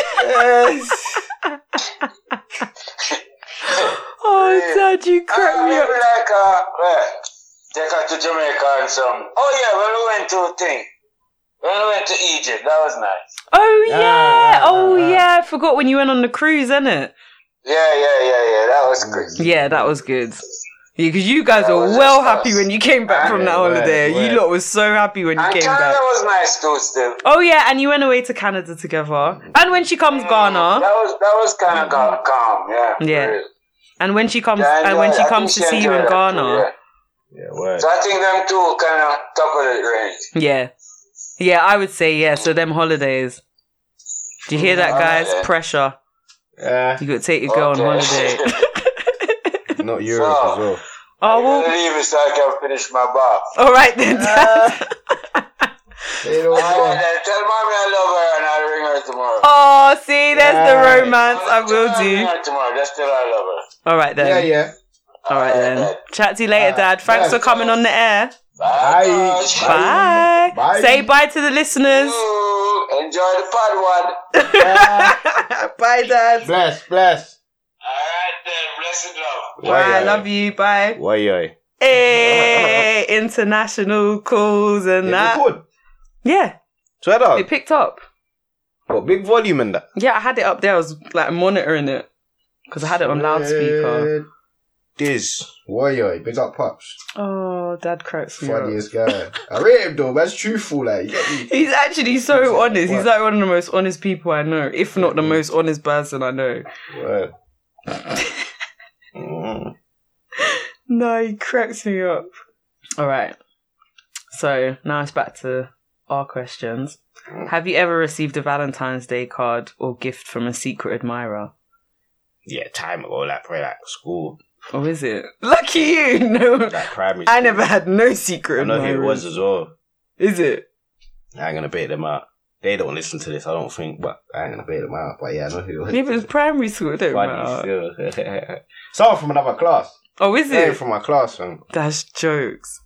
[SPEAKER 1] yes.
[SPEAKER 3] oh, Dad, you
[SPEAKER 4] I
[SPEAKER 3] crack me
[SPEAKER 4] remember
[SPEAKER 3] up.
[SPEAKER 4] like, uh, well, take her to Jamaica and some. Oh, yeah, when we went to thing. When we went to Egypt, that was nice.
[SPEAKER 3] Oh
[SPEAKER 1] Yeah,
[SPEAKER 3] yeah,
[SPEAKER 1] yeah,
[SPEAKER 3] oh
[SPEAKER 1] yeah.
[SPEAKER 3] yeah. I forgot when you went on the cruise, innit?
[SPEAKER 4] Yeah, yeah, yeah, yeah, that was
[SPEAKER 3] Mm.
[SPEAKER 4] good.
[SPEAKER 3] Yeah, that was good. Yeah, because you guys
[SPEAKER 4] That
[SPEAKER 3] were
[SPEAKER 4] was
[SPEAKER 3] well
[SPEAKER 4] just
[SPEAKER 3] happy
[SPEAKER 4] us.
[SPEAKER 3] when you came back from
[SPEAKER 1] Yeah,
[SPEAKER 3] that
[SPEAKER 1] it was,
[SPEAKER 3] holiday.
[SPEAKER 1] it was.
[SPEAKER 3] You lot was so happy when you
[SPEAKER 4] And
[SPEAKER 3] came
[SPEAKER 4] Canada
[SPEAKER 3] back.
[SPEAKER 4] was nice too, still.
[SPEAKER 3] Oh yeah, and you went away to Canada together. And when she comes Ghana,
[SPEAKER 4] That was that was kind of calm, calm, yeah. for
[SPEAKER 3] Mm. Yeah.
[SPEAKER 4] real.
[SPEAKER 3] and when she comes,
[SPEAKER 4] Yeah, I
[SPEAKER 3] and when
[SPEAKER 4] enjoyed-
[SPEAKER 3] she
[SPEAKER 4] I
[SPEAKER 3] comes to
[SPEAKER 4] think
[SPEAKER 3] see you
[SPEAKER 4] enjoyed
[SPEAKER 3] in
[SPEAKER 4] that too,
[SPEAKER 3] Ghana,
[SPEAKER 4] yeah.
[SPEAKER 2] Yeah, word.
[SPEAKER 4] So I think them two kind of top of the range.
[SPEAKER 3] yeah, yeah, I would say yeah. So them holidays. Do you hear that, guys?
[SPEAKER 4] Yeah.
[SPEAKER 3] Pressure.
[SPEAKER 1] Uh,
[SPEAKER 3] You got to take your girl on holiday.
[SPEAKER 2] Not Europe as well.
[SPEAKER 3] Oh
[SPEAKER 4] I'm
[SPEAKER 3] well.
[SPEAKER 4] gonna leave it so I can finish my bath.
[SPEAKER 3] All right then. Dad.
[SPEAKER 1] they don't
[SPEAKER 4] Alright
[SPEAKER 1] know.
[SPEAKER 4] then, tell mommy I love her and I'll ring her tomorrow.
[SPEAKER 3] Oh, see, there's
[SPEAKER 1] Yeah.
[SPEAKER 3] the romance. I will
[SPEAKER 4] I'll ring
[SPEAKER 3] do.
[SPEAKER 4] her tomorrow. Just tell her I love her.
[SPEAKER 3] All right then.
[SPEAKER 1] Yeah, yeah.
[SPEAKER 3] All right then. Chat to you later, Dad. Thanks for coming on the air.
[SPEAKER 1] Bye.
[SPEAKER 4] Gosh.
[SPEAKER 3] Bye.
[SPEAKER 1] Bye.
[SPEAKER 3] Say bye to the listeners.
[SPEAKER 4] Ooh, Enjoy the pod one.
[SPEAKER 1] Uh,
[SPEAKER 3] Bye, Dad.
[SPEAKER 1] bless, bless.
[SPEAKER 4] Alright then rest in love.
[SPEAKER 3] Bye, I love you. Bye.
[SPEAKER 2] Why yo?
[SPEAKER 3] Hey, international calls and that.
[SPEAKER 1] Record.
[SPEAKER 3] Yeah,
[SPEAKER 2] Swear dog.
[SPEAKER 3] it picked up.
[SPEAKER 2] Got big volume in that.
[SPEAKER 3] Yeah, I had it up there. I was like monitoring it because I had it on loudspeaker.
[SPEAKER 2] This.
[SPEAKER 1] Why yo? Big up, pops.
[SPEAKER 3] Oh, Dad cracks me up.
[SPEAKER 1] Funniest guy. I rate him though. That's truthful. Like, you get me?
[SPEAKER 3] He's actually so honest.
[SPEAKER 1] What?
[SPEAKER 3] He's like one of the most honest people I know, if not the most honest person I know.
[SPEAKER 1] Word.
[SPEAKER 2] Mm.
[SPEAKER 3] No, he cracks me up. All right. So now it's back to our questions. Have you ever received a Valentine's Day card or gift from a secret admirer?
[SPEAKER 2] Yeah, time ago, like probably like school,
[SPEAKER 3] Or is it? Lucky you! No,
[SPEAKER 2] like primary.
[SPEAKER 3] I
[SPEAKER 2] school.
[SPEAKER 3] never had no secret
[SPEAKER 2] I know who
[SPEAKER 3] admirer.
[SPEAKER 2] it was as well.
[SPEAKER 3] Is it?
[SPEAKER 2] I ain't gonna bait them out. They don't listen to this, I don't think, but
[SPEAKER 1] I ain't gonna bait him out, but yeah, I know who. it is.
[SPEAKER 3] Maybe it was primary school, it don't
[SPEAKER 2] funny
[SPEAKER 3] matter.
[SPEAKER 2] still.
[SPEAKER 1] Someone from another class.
[SPEAKER 3] Oh, is
[SPEAKER 1] Yeah,
[SPEAKER 3] it?
[SPEAKER 1] from my class, man.
[SPEAKER 3] That's jokes.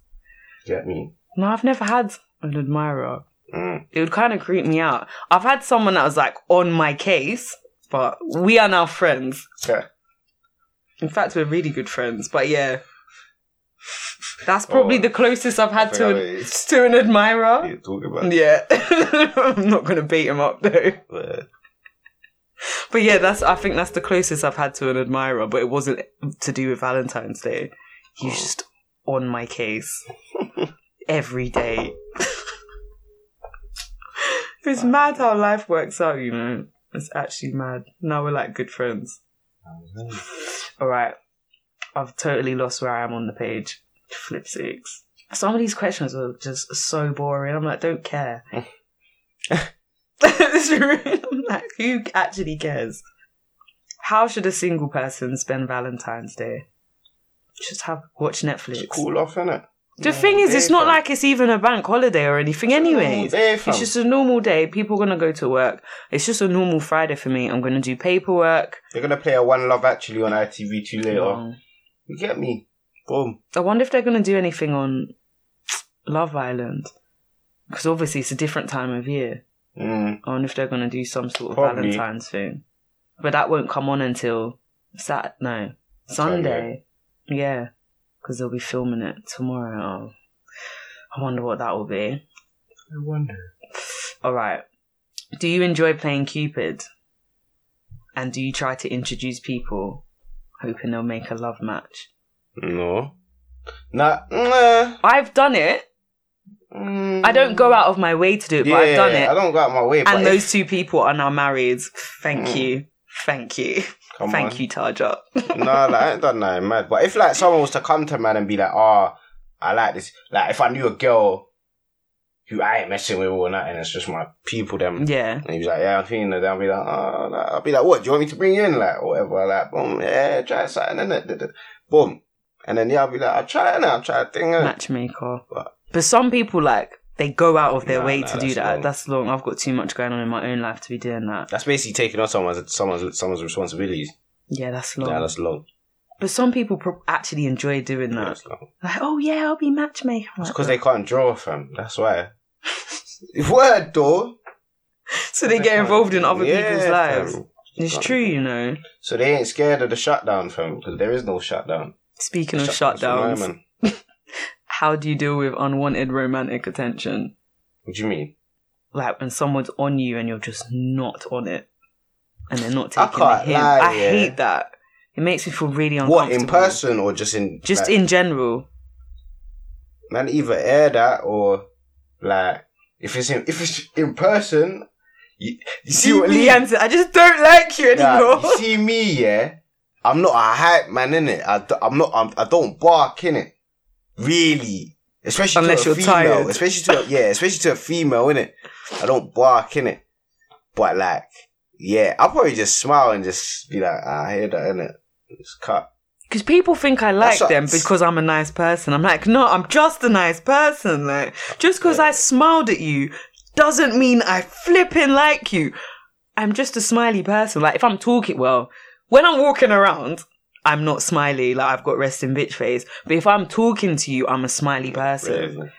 [SPEAKER 1] Get me?
[SPEAKER 3] No, I've never had an admirer.
[SPEAKER 2] Mm.
[SPEAKER 3] it would kind of creep me out. I've had someone that was like on my case, but we are now friends.
[SPEAKER 1] Yeah.
[SPEAKER 3] In fact, we're really good friends. But yeah, that's probably the closest I've had
[SPEAKER 1] I
[SPEAKER 3] to
[SPEAKER 1] think I
[SPEAKER 3] an,
[SPEAKER 1] know
[SPEAKER 3] to an admirer.
[SPEAKER 2] you talking about?
[SPEAKER 3] Yeah, I'm not gonna beat him up though.
[SPEAKER 2] But
[SPEAKER 3] But yeah, that's I think that's the closest I've had to an admirer. But it wasn't to do with Valentine's Day. He's just on my case every day. it's mad how life works out, you know. It's actually mad. Now we're like good friends. All right, I've totally lost where I am on the page. Flip six. Some of these questions are just so boring. I'm like, don't care. This is really- I'm like, who actually cares? How should a single person spend Valentine's Day? Just have watch Netflix.
[SPEAKER 1] Just cool off, innit?
[SPEAKER 3] The thing is, it's not like it's even a bank holiday or anything, anyways.
[SPEAKER 2] eh,
[SPEAKER 1] Hey, fam.
[SPEAKER 3] It's just a normal day. People are gonna go to work. It's just a normal Friday for me. I'm gonna do paperwork.
[SPEAKER 1] They're gonna play a One Love actually on ITV2 later.
[SPEAKER 3] Um,
[SPEAKER 1] You get me? Boom.
[SPEAKER 3] I wonder if they're gonna do anything on Love Island because obviously it's a different time of year.
[SPEAKER 1] Mm.
[SPEAKER 3] I wonder if they're gonna do some sort of
[SPEAKER 1] Probably.
[SPEAKER 3] Valentine's thing, but that won't come on until Sat no Sunday. Yeah, because they'll be filming it tomorrow. I wonder what that will be.
[SPEAKER 1] I wonder.
[SPEAKER 3] All right. Do you enjoy playing Cupid? And do you try to introduce people, hoping they'll make a love match?
[SPEAKER 2] no. Nah. nah.
[SPEAKER 3] I've done it.
[SPEAKER 2] Mm.
[SPEAKER 3] I don't go out of my way to do it, but I've done it.
[SPEAKER 1] I don't go out my way, but
[SPEAKER 3] and
[SPEAKER 1] if-
[SPEAKER 3] those two people are now married. Thank
[SPEAKER 2] Mm.
[SPEAKER 3] you. Thank you.
[SPEAKER 2] Come
[SPEAKER 3] Thank
[SPEAKER 2] on.
[SPEAKER 3] you, Uh, Tarja.
[SPEAKER 2] nah, like, I ain't done nothing mad. But if like someone was to come to man and be like, ah, I like this. Like if I knew a girl who I ain't messing with or nothing, it's just my people them.
[SPEAKER 3] Yeah.
[SPEAKER 2] And he was like, yeah, I'm feeling it. I'll be like, oh, nah. I'll be like, what? Do you want me to bring you in? Like, or whatever. Like, boom, yeah, try something, innit? Da- da- Boom. And then, yeah, I'll be like, I'll try it now. I'll try a thing. innit?
[SPEAKER 3] Matchmaker.
[SPEAKER 2] But-
[SPEAKER 3] But some people, like, they go out of their
[SPEAKER 2] Nah,
[SPEAKER 3] way
[SPEAKER 2] nah,
[SPEAKER 3] to do
[SPEAKER 2] that's
[SPEAKER 3] that.
[SPEAKER 2] long.
[SPEAKER 3] That's long. I've got too much going on in my own life to be doing that.
[SPEAKER 2] That's basically taking on someone's someone's someone's responsibilities.
[SPEAKER 3] Yeah, that's long.
[SPEAKER 2] Yeah, that's long.
[SPEAKER 3] but some people pro- actually enjoy doing
[SPEAKER 2] Yeah,
[SPEAKER 3] that.
[SPEAKER 2] that's long.
[SPEAKER 3] Like, oh yeah, I'll be matchmaker.
[SPEAKER 2] It's
[SPEAKER 3] Like
[SPEAKER 2] because
[SPEAKER 3] that.
[SPEAKER 2] they can't draw, fam. That's why.
[SPEAKER 1] Word, though.
[SPEAKER 3] so they get involved in other
[SPEAKER 2] Yeah,
[SPEAKER 3] people's lives.
[SPEAKER 2] fam.
[SPEAKER 3] It's true, you know.
[SPEAKER 2] So they ain't scared of the shutdown, fam, because there is no shutdown.
[SPEAKER 3] Speaking of
[SPEAKER 2] Shutdown's for my
[SPEAKER 3] shutdowns,
[SPEAKER 2] man.
[SPEAKER 3] how do you deal with unwanted romantic attention?
[SPEAKER 2] What do you mean?
[SPEAKER 3] Like when someone's on you and you're just not on it, and they're not
[SPEAKER 1] I
[SPEAKER 3] taking
[SPEAKER 1] can't
[SPEAKER 3] the hint.
[SPEAKER 1] lie,
[SPEAKER 3] I
[SPEAKER 1] yeah.
[SPEAKER 3] hate that. It makes me feel really uncomfortable.
[SPEAKER 2] What in person or just in
[SPEAKER 3] Just
[SPEAKER 2] like,
[SPEAKER 3] in general.
[SPEAKER 2] Man, either air that or
[SPEAKER 1] Like, if it's in, if it's in person, you, you see
[SPEAKER 3] Deep
[SPEAKER 1] what Lee
[SPEAKER 3] Leanne said, I just don't like you
[SPEAKER 1] Nah,
[SPEAKER 3] anymore.
[SPEAKER 1] you see me, yeah. I'm not a hype man in it. I d- I'm not. I'm, I don't bark in it. Really, especially
[SPEAKER 3] Unless
[SPEAKER 1] to
[SPEAKER 3] you're
[SPEAKER 1] a female.
[SPEAKER 3] tired.
[SPEAKER 1] Especially to a, yeah, especially to a female in it. I don't bark in it. But like, yeah, I'll probably just smile and just be like, "Ah, I hear that in it. It's cut.
[SPEAKER 3] Because people think I like
[SPEAKER 1] That's what-
[SPEAKER 3] them because I'm a nice person. I'm like, no, I'm just a nice person. Like, just because I smiled at you doesn't mean I flipping like you. I'm just a smiley person. Like, if I'm talking, well, when I'm walking around, I'm not smiley. Like, I've got resting bitch face. But if I'm talking to you, I'm a smiley person.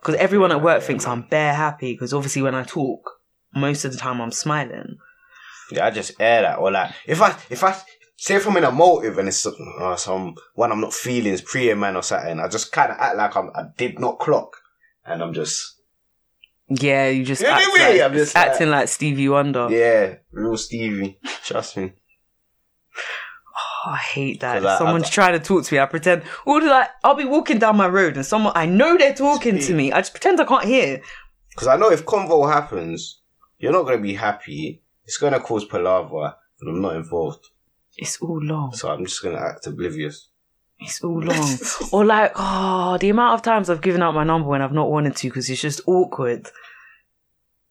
[SPEAKER 3] Because everyone at work thinks I'm bare happy. Because obviously, when I talk, most of the time I'm smiling.
[SPEAKER 2] yeah, I just air that or like
[SPEAKER 1] If I if I
[SPEAKER 2] say if I'm in a motive and it's
[SPEAKER 1] oh,
[SPEAKER 2] uh, some one I'm not feeling, it's pre man or something, I just kind of act like I'm, I did not clock, and I'm just
[SPEAKER 3] Yeah, you just,
[SPEAKER 2] You know what I
[SPEAKER 3] act
[SPEAKER 2] mean?
[SPEAKER 3] like-
[SPEAKER 2] I'm just like-
[SPEAKER 3] acting like Stevie Wonder.
[SPEAKER 2] yeah, real Stevie. Trust me.
[SPEAKER 3] Oh, I hate that.
[SPEAKER 2] 'Cause I-
[SPEAKER 3] Someone's
[SPEAKER 2] I-
[SPEAKER 3] trying to talk to me. I pretend all the like I'll be walking down my road and someone I know they're talking to
[SPEAKER 2] Speak.
[SPEAKER 3] me. I just pretend I can't hear.
[SPEAKER 2] Because I know if convo happens, you're not going to be happy. It's going to cause palaver, and I'm not involved.
[SPEAKER 3] It's all long.
[SPEAKER 2] So I'm just going to act oblivious.
[SPEAKER 3] It's all long. or like, oh, the amount of times I've given out my number when I've not wanted to because it's just awkward.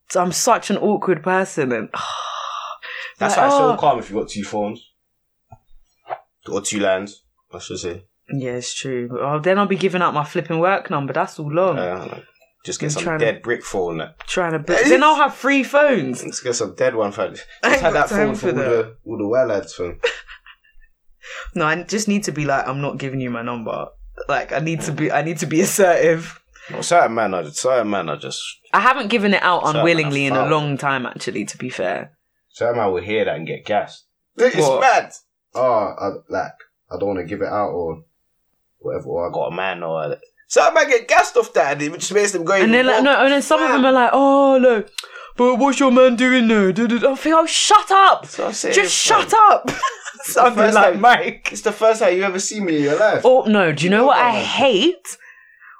[SPEAKER 3] So I'm such an awkward person, and
[SPEAKER 2] That's why
[SPEAKER 3] Like,
[SPEAKER 2] it's
[SPEAKER 3] oh.
[SPEAKER 2] so calm if you've got two phones. Or two lands, I should say.
[SPEAKER 3] yeah, it's true. Oh, then I'll be giving out my flipping work number. That's all long.
[SPEAKER 2] Uh, like, just get
[SPEAKER 3] Um, I'm
[SPEAKER 2] some
[SPEAKER 3] trying to-
[SPEAKER 2] dead brick phone. like,
[SPEAKER 3] Trying to, book. then I'll have three phones.
[SPEAKER 2] Let's get some dead one for Just
[SPEAKER 3] I ain't
[SPEAKER 2] had
[SPEAKER 3] got
[SPEAKER 2] that
[SPEAKER 3] time
[SPEAKER 2] phone for
[SPEAKER 3] for
[SPEAKER 2] all the, all the well lads, fam.
[SPEAKER 3] No, I just need to be like, I'm not giving you my number. Like, I need to be, I need to be assertive.
[SPEAKER 2] Not certain man, I, certain man, I just.
[SPEAKER 3] I haven't given it out
[SPEAKER 2] Certain
[SPEAKER 3] unwillingly in a
[SPEAKER 2] amount.
[SPEAKER 3] long time, actually. To be fair,
[SPEAKER 2] Certain man will hear that and get gassed. It's
[SPEAKER 3] What?
[SPEAKER 2] mad! Oh, I, like, I don't want to give it out or whatever, or I got a man or. Certain man get gassed off that and it just makes them go.
[SPEAKER 3] and then like, no, and then some of them are like, oh no, but what's your man doing there? Da, da, da. I think, oh, shut up,
[SPEAKER 2] That's what I'm saying,
[SPEAKER 3] just
[SPEAKER 2] fam.
[SPEAKER 3] shut up. Sounded
[SPEAKER 2] first
[SPEAKER 3] like
[SPEAKER 2] time-
[SPEAKER 3] Mike.
[SPEAKER 2] It's the first time you ever see me in your life.
[SPEAKER 3] Oh no, do you know
[SPEAKER 2] You
[SPEAKER 3] what
[SPEAKER 2] know
[SPEAKER 3] I
[SPEAKER 2] that.
[SPEAKER 3] hate?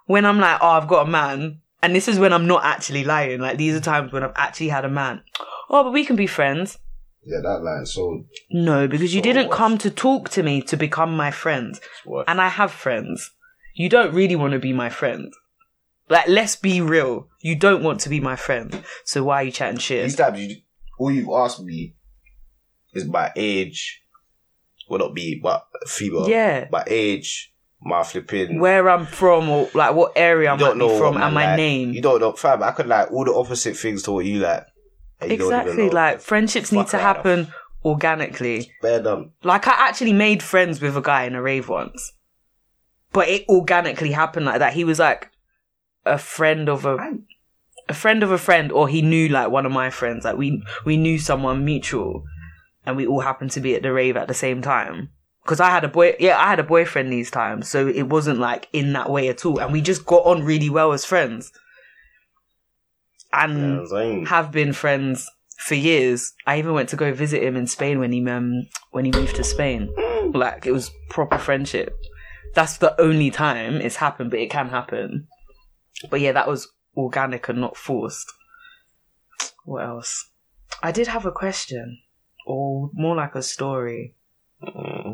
[SPEAKER 3] When I'm like, oh, I've got a man, and this is when I'm not actually lying. Like these are times when I've actually had a man. Oh, but we can be friends.
[SPEAKER 2] Yeah, that line. So
[SPEAKER 3] No, because you
[SPEAKER 2] So
[SPEAKER 3] didn't
[SPEAKER 2] what?
[SPEAKER 3] come to talk to me to become my friend.
[SPEAKER 2] it's worth.
[SPEAKER 3] and I have friends. You don't really want to be my friend. Like, let's be real. You don't want to be my friend. So why are you chatting
[SPEAKER 2] These
[SPEAKER 3] shit?
[SPEAKER 2] times, you, all you've asked me is my age. Well, not me, but female.
[SPEAKER 3] Yeah.
[SPEAKER 2] My age, my flipping.
[SPEAKER 3] Where I'm from, or like what area I
[SPEAKER 2] you don't
[SPEAKER 3] might
[SPEAKER 2] know
[SPEAKER 3] be
[SPEAKER 2] what
[SPEAKER 3] from, and my
[SPEAKER 2] like.
[SPEAKER 3] name.
[SPEAKER 2] You don't know, fam. I could like all the opposite things to what you like. and you don't even
[SPEAKER 3] exactly.
[SPEAKER 2] know.
[SPEAKER 3] Like friendships need
[SPEAKER 2] Fuck
[SPEAKER 3] to
[SPEAKER 2] right
[SPEAKER 3] happen organically.
[SPEAKER 2] Bare dumb.
[SPEAKER 3] Like I actually made friends with a guy in a rave once, but it organically happened like that. He was like a friend of a a friend of a friend, or he knew like one of my friends. Like we we knew someone mutual, and we all happened to be at the rave at the same time. Because I had a boy, yeah, I had a boyfriend these times, so it wasn't like in that way at all, and we just got on really well as friends,
[SPEAKER 2] You know
[SPEAKER 3] and
[SPEAKER 2] what I'm saying?
[SPEAKER 3] have been friends for years. I even went to go visit him in Spain when he um, when he moved to Spain. Like it was proper friendship. That's the only time it's happened, but it can happen. But yeah, that was organic and not forced. What else? I did have a question, or more like a story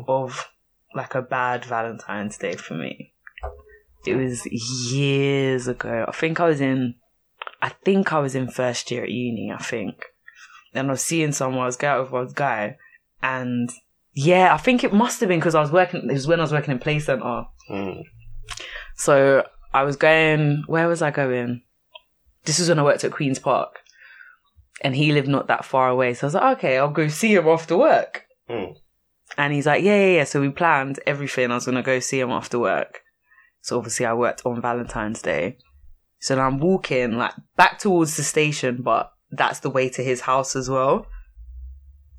[SPEAKER 3] of like a bad Valentine's Day for me. It was years ago. I think I was in I think I was in first year at uni, I think. And I was seeing someone, I was going out with one guy, and yeah, I think it must have been because I was working, it was when I was working in Play Center.
[SPEAKER 2] Mm.
[SPEAKER 3] So I was going, where was I going? This was when I worked at Queen's Park, and he lived not that far away. So I was like, okay, I'll go see him after work.
[SPEAKER 2] Mm.
[SPEAKER 3] And he's like, yeah, yeah, yeah. So we planned everything. I was going to go see him after work. So obviously, I worked on Valentine's Day. So now I'm walking like back towards the station, but that's the way to his house as well.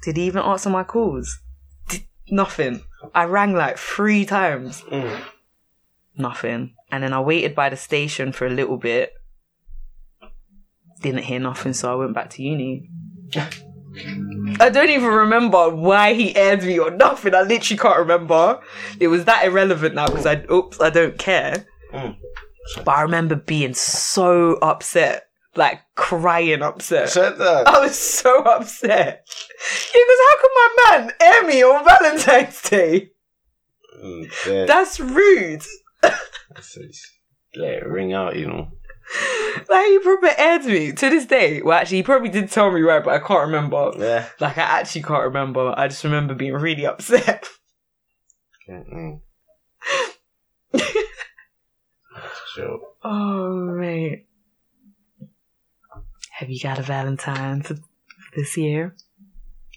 [SPEAKER 3] Did he even answer my calls? Did, nothing. I rang like three times.
[SPEAKER 2] Mm.
[SPEAKER 3] Nothing. And then I waited by the station for a little bit. Didn't hear nothing, so I went back to uni. I don't even remember why he aired me or nothing. I literally can't remember. It was that irrelevant now because I oops, I don't care.
[SPEAKER 2] Mm.
[SPEAKER 3] But I remember being so upset, like crying upset.
[SPEAKER 2] Said that.
[SPEAKER 3] I was so upset. Yeah, because how could my man air me on Valentine's Day?
[SPEAKER 2] Mm, yeah.
[SPEAKER 3] That's rude.
[SPEAKER 2] It's- it's- Let it ring out, you know.
[SPEAKER 3] Like he probably aired me to this day. Well, actually, he probably did tell me right, but I can't remember.
[SPEAKER 2] Yeah.
[SPEAKER 3] Like I actually can't remember. I just remember being really upset.
[SPEAKER 2] Mm-mm. Sure.
[SPEAKER 3] Oh mate, have you got a Valentine for this year?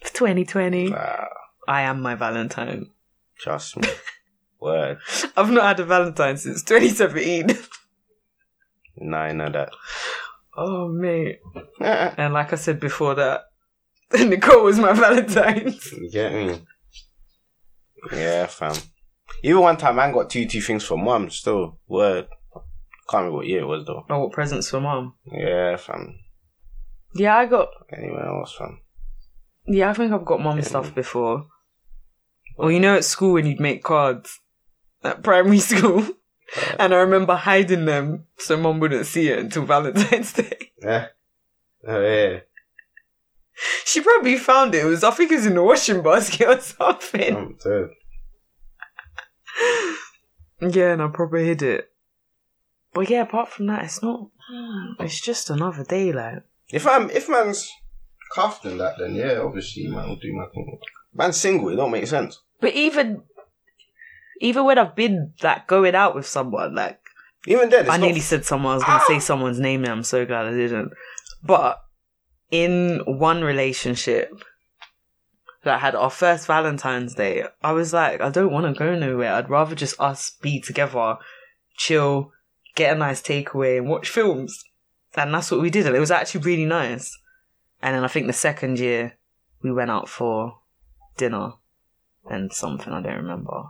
[SPEAKER 3] For 2020,
[SPEAKER 2] Nah,
[SPEAKER 3] I am my Valentine.
[SPEAKER 2] trust me. Word.
[SPEAKER 3] I've not had a Valentine since 2017.
[SPEAKER 2] Nah, you know that.
[SPEAKER 3] oh mate.
[SPEAKER 2] you
[SPEAKER 3] And like I said before that, Nicole was my Valentine's.
[SPEAKER 2] get me? Yeah, fam. Even one time, man got two two things for mum. Still, word. Can't remember what year it was though.
[SPEAKER 3] Oh, what presents for mum?
[SPEAKER 2] Yeah, fam.
[SPEAKER 3] Yeah, I got.
[SPEAKER 2] Anywhere else, fam.
[SPEAKER 3] Yeah, I think I've got mum stuff before. Or you know, at school when you'd make cards at primary school, and I remember hiding them so mum wouldn't see it until Valentine's Day.
[SPEAKER 2] Yeah. Oh yeah.
[SPEAKER 3] She probably found it. It was I think it was in the washing basket or something.
[SPEAKER 2] I'm dead.
[SPEAKER 3] Yeah, and I probably hid it. But yeah, apart from that, it's not. It's just another day, like.
[SPEAKER 2] If I'm if man's cuffed and that, then yeah, obviously man will do my thing. Man's single. It don't make sense.
[SPEAKER 3] But even, even when I've been like going out with someone, like
[SPEAKER 2] Even then, it's
[SPEAKER 3] I
[SPEAKER 2] not
[SPEAKER 3] nearly said someone. I was going to say someone's name, and I'm so glad I didn't. But in one relationship that had our first Valentine's Day, I was like, I don't want to go nowhere. I'd rather just us be together, chill, get a nice takeaway, and watch films. And that's what we did, and it was actually really nice. And then I think the second year, we went out for dinner and something I don't remember.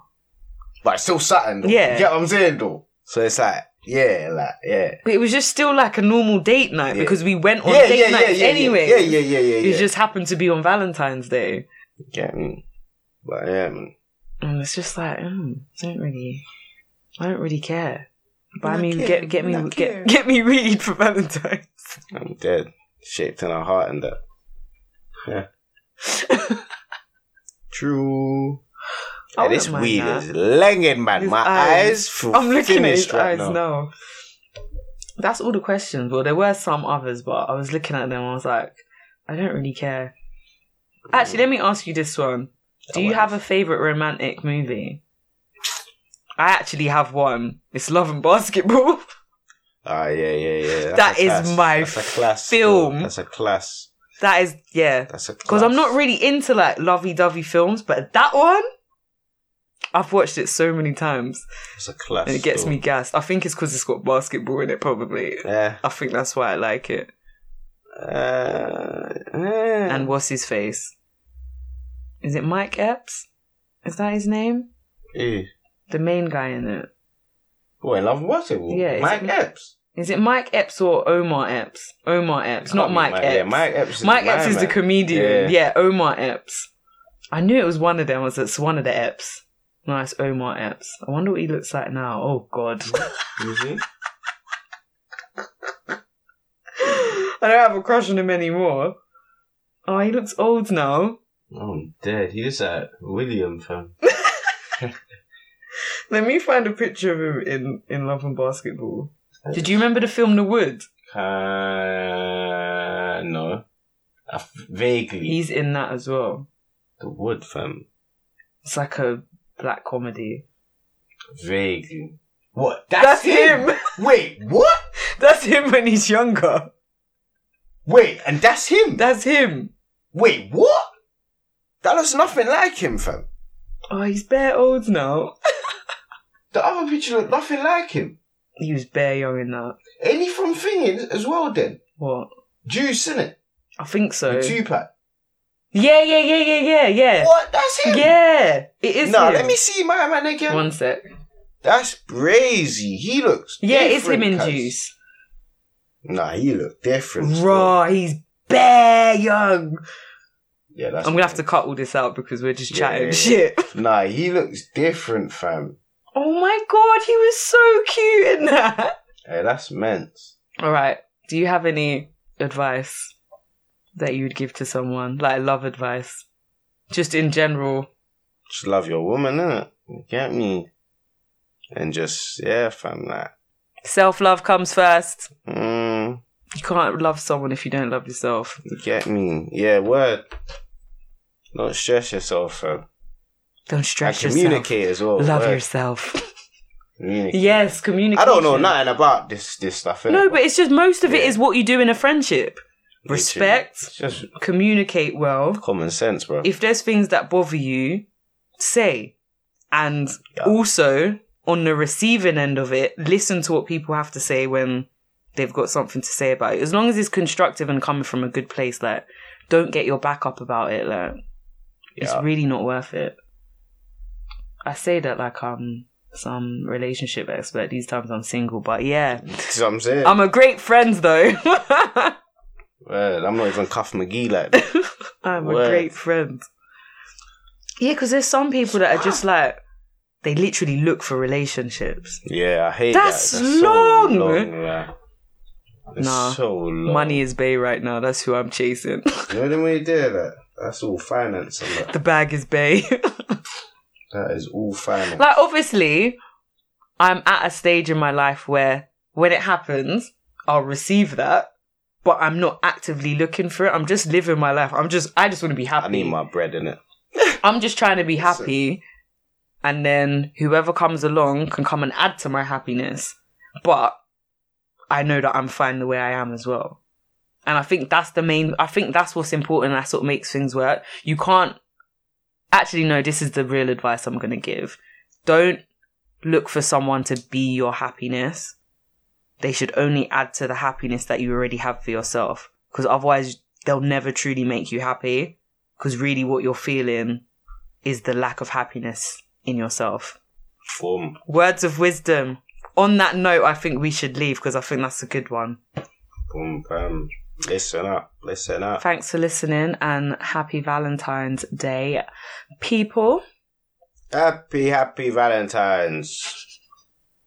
[SPEAKER 2] But it's still satin though.
[SPEAKER 3] Yeah.
[SPEAKER 2] You get what I'm saying though?
[SPEAKER 1] So it's like, yeah, like, yeah.
[SPEAKER 3] But it was just still like a normal date night
[SPEAKER 1] Yeah.
[SPEAKER 3] because we went on
[SPEAKER 2] Yeah,
[SPEAKER 3] date
[SPEAKER 2] yeah, yeah,
[SPEAKER 3] nights
[SPEAKER 2] yeah, yeah.
[SPEAKER 3] anyway.
[SPEAKER 1] Yeah, yeah, yeah, yeah,
[SPEAKER 3] It
[SPEAKER 1] yeah.
[SPEAKER 3] just happened to be on Valentine's Day.
[SPEAKER 2] Yeah. mm.
[SPEAKER 1] But yeah, man.
[SPEAKER 3] And it's just like, mm, I don't really, I don't really care. But I
[SPEAKER 2] Not
[SPEAKER 3] mean,
[SPEAKER 2] care,
[SPEAKER 3] get get me
[SPEAKER 2] not care.
[SPEAKER 3] get, get me weed for Valentine's.
[SPEAKER 2] I'm dead. Shaped in her heart and that. Yeah. True.
[SPEAKER 3] I
[SPEAKER 2] Yeah, this
[SPEAKER 3] wouldn't mind
[SPEAKER 2] weed
[SPEAKER 3] that.
[SPEAKER 2] is langing, man.
[SPEAKER 3] His
[SPEAKER 2] My
[SPEAKER 3] eyes.
[SPEAKER 2] eyes. feel
[SPEAKER 3] I'm looking Oh, at his
[SPEAKER 2] finished right
[SPEAKER 3] eyes now. That's all the questions. Well, there were some others, but I was looking at them. I was like, I don't really care. Actually, let me ask you this Mm. one: Do you have a favorite romantic movie? I actually have one. It's Love and Basketball.
[SPEAKER 2] Ah, yeah, yeah, yeah. That's
[SPEAKER 3] That
[SPEAKER 2] a
[SPEAKER 3] is
[SPEAKER 2] class.
[SPEAKER 3] my
[SPEAKER 2] That's a class. bro.
[SPEAKER 3] film.
[SPEAKER 2] That's a class.
[SPEAKER 3] that is, yeah,
[SPEAKER 2] That's a class.
[SPEAKER 3] because I'm not really into like lovey-dovey films, but that one, I've watched it so many times
[SPEAKER 2] That's a class.
[SPEAKER 3] and it gets
[SPEAKER 2] bro.
[SPEAKER 3] me gassed. I think it's because it's got basketball in it, probably.
[SPEAKER 2] Yeah.
[SPEAKER 3] I think that's why I like it.
[SPEAKER 2] Uh,
[SPEAKER 3] And what's his face? Is it Mike Epps? Is that his name?
[SPEAKER 2] Ew.
[SPEAKER 3] The main guy in it.
[SPEAKER 2] Boy, love basketball.
[SPEAKER 3] Yeah,
[SPEAKER 2] Yeah,
[SPEAKER 3] it's-
[SPEAKER 2] Mike Epps.
[SPEAKER 3] Is it Mike Epps or Omar Epps? Omar Epps,
[SPEAKER 2] Can't
[SPEAKER 3] not
[SPEAKER 2] be
[SPEAKER 3] Mike, Epps.
[SPEAKER 2] Yeah, Mike Epps. Is
[SPEAKER 3] Mike
[SPEAKER 2] my
[SPEAKER 3] Epps is the
[SPEAKER 2] man.
[SPEAKER 3] comedian.
[SPEAKER 2] Yeah.
[SPEAKER 3] Yeah. Omar Epps. I knew it was one of them. Was it's one of the Epps? Nice, Omar Epps. I wonder what he looks like now. Oh God,
[SPEAKER 2] You see?
[SPEAKER 3] I don't have a crush on him anymore. Oh, he looks old now.
[SPEAKER 2] Oh, I'm dead. He was at William fam.
[SPEAKER 3] Let me find a picture of him in in Love and Basketball. Did you remember the film The Wood?
[SPEAKER 2] Uh, no. Uh, vaguely.
[SPEAKER 3] He's in that as well.
[SPEAKER 2] the wood fam.
[SPEAKER 3] It's like a black comedy.
[SPEAKER 2] Vaguely. What?
[SPEAKER 3] That's him.
[SPEAKER 2] Wait, what?
[SPEAKER 3] That's him when he's younger.
[SPEAKER 2] Wait, and that's him.
[SPEAKER 3] That's him.
[SPEAKER 2] Wait, what?
[SPEAKER 1] That looks nothing like him, fam.
[SPEAKER 3] Oh, he's bare old now.
[SPEAKER 2] The other picture looked nothing like him.
[SPEAKER 3] He was bare young in that.
[SPEAKER 2] Ain't he from Thingin as well then?
[SPEAKER 3] What?
[SPEAKER 2] Juice, innit?
[SPEAKER 3] I think so.
[SPEAKER 2] Two pack.
[SPEAKER 3] Yeah, yeah, yeah, yeah, yeah, yeah.
[SPEAKER 2] What? That's him?
[SPEAKER 3] Yeah, it is.
[SPEAKER 2] Nah,
[SPEAKER 3] him.
[SPEAKER 2] let me see my man again.
[SPEAKER 3] One sec.
[SPEAKER 2] That's crazy. He looks.
[SPEAKER 3] Yeah, it's him
[SPEAKER 2] different,
[SPEAKER 3] in
[SPEAKER 2] cuz.
[SPEAKER 3] Juice.
[SPEAKER 2] Nah, he look different. bro.
[SPEAKER 3] Raw. He's bare young.
[SPEAKER 2] Yeah, that's.
[SPEAKER 3] I'm gonna have to cut all this out because we're just
[SPEAKER 2] Yeah,
[SPEAKER 3] chatting
[SPEAKER 2] yeah, yeah.
[SPEAKER 3] shit.
[SPEAKER 2] Nah, he looks different, fam.
[SPEAKER 3] Oh my god, he was so cute in that.
[SPEAKER 2] Hey, that's men's.
[SPEAKER 3] All right. Do you have any advice that you would give to someone? Like love advice? Just in general.
[SPEAKER 2] Just love your woman, innit? You get me? And just, yeah, fam, like.
[SPEAKER 3] Self love comes first.
[SPEAKER 2] Mm,
[SPEAKER 3] You can't love someone if you don't love yourself.
[SPEAKER 2] you get me? Yeah, word. Don't stress yourself, fam.
[SPEAKER 3] Don't
[SPEAKER 2] And
[SPEAKER 3] stress yourself.
[SPEAKER 2] communicate as well.
[SPEAKER 3] Love
[SPEAKER 2] word.
[SPEAKER 3] yourself.
[SPEAKER 2] Communicate.
[SPEAKER 3] yes, communicate.
[SPEAKER 2] I don't know nothing about this this stuff. Innit?
[SPEAKER 3] No, but it's just most of it
[SPEAKER 2] Yeah.
[SPEAKER 3] is what you do in a friendship. Respect,
[SPEAKER 2] It's just
[SPEAKER 3] communicate well.
[SPEAKER 2] common sense, bro.
[SPEAKER 3] If there's things that bother you, say. And also, on the receiving end of it, listen to what people have to say when they've got something to say about it. As long as it's constructive and coming from a good place, like, don't get your back up about it. Like, it's
[SPEAKER 2] Yeah.
[SPEAKER 3] really not worth it. I say that like I'm some relationship expert. These times I'm single, but yeah,
[SPEAKER 2] That's what I'm saying.
[SPEAKER 3] I'm a great friend though.
[SPEAKER 2] Word, I'm not even Cuff McGee like that.
[SPEAKER 3] I'm a
[SPEAKER 2] Word.
[SPEAKER 3] great friend. Yeah, because there's some people that are just like they literally look for relationships.
[SPEAKER 2] Yeah, I hate
[SPEAKER 3] That's
[SPEAKER 2] that.
[SPEAKER 3] long.
[SPEAKER 2] So long yeah. It's
[SPEAKER 3] Nah.
[SPEAKER 2] so long.
[SPEAKER 3] Money is bay right now. That's who I'm chasing.
[SPEAKER 2] You know the way you do that? That's all finance and that.
[SPEAKER 3] the bag is bay.
[SPEAKER 2] That is all finance.
[SPEAKER 3] like obviously i'm at a stage in my life where when it happens i'll receive that but i'm not actively looking for it i'm just living my life i'm just i just want to be happy
[SPEAKER 2] I need my bread in it.
[SPEAKER 3] i'm just trying to be happy and then whoever comes along can come and add to my happiness but i know that i'm fine the way i am as well and i think that's the main i think that's what's important that's what makes things work you can't actually no this is the real advice i'm going to give don't look for someone to be your happiness they should only add to the happiness that you already have for yourself because otherwise they'll never truly make you happy because really what you're feeling is the lack of happiness in yourself
[SPEAKER 2] Form.
[SPEAKER 3] words of wisdom on that note i think we should leave because i think that's a good one
[SPEAKER 2] Boom, bam. Listen up. Listen up.
[SPEAKER 3] thanks for listening and happy valentine's day people
[SPEAKER 2] Happy, happy Valentine's.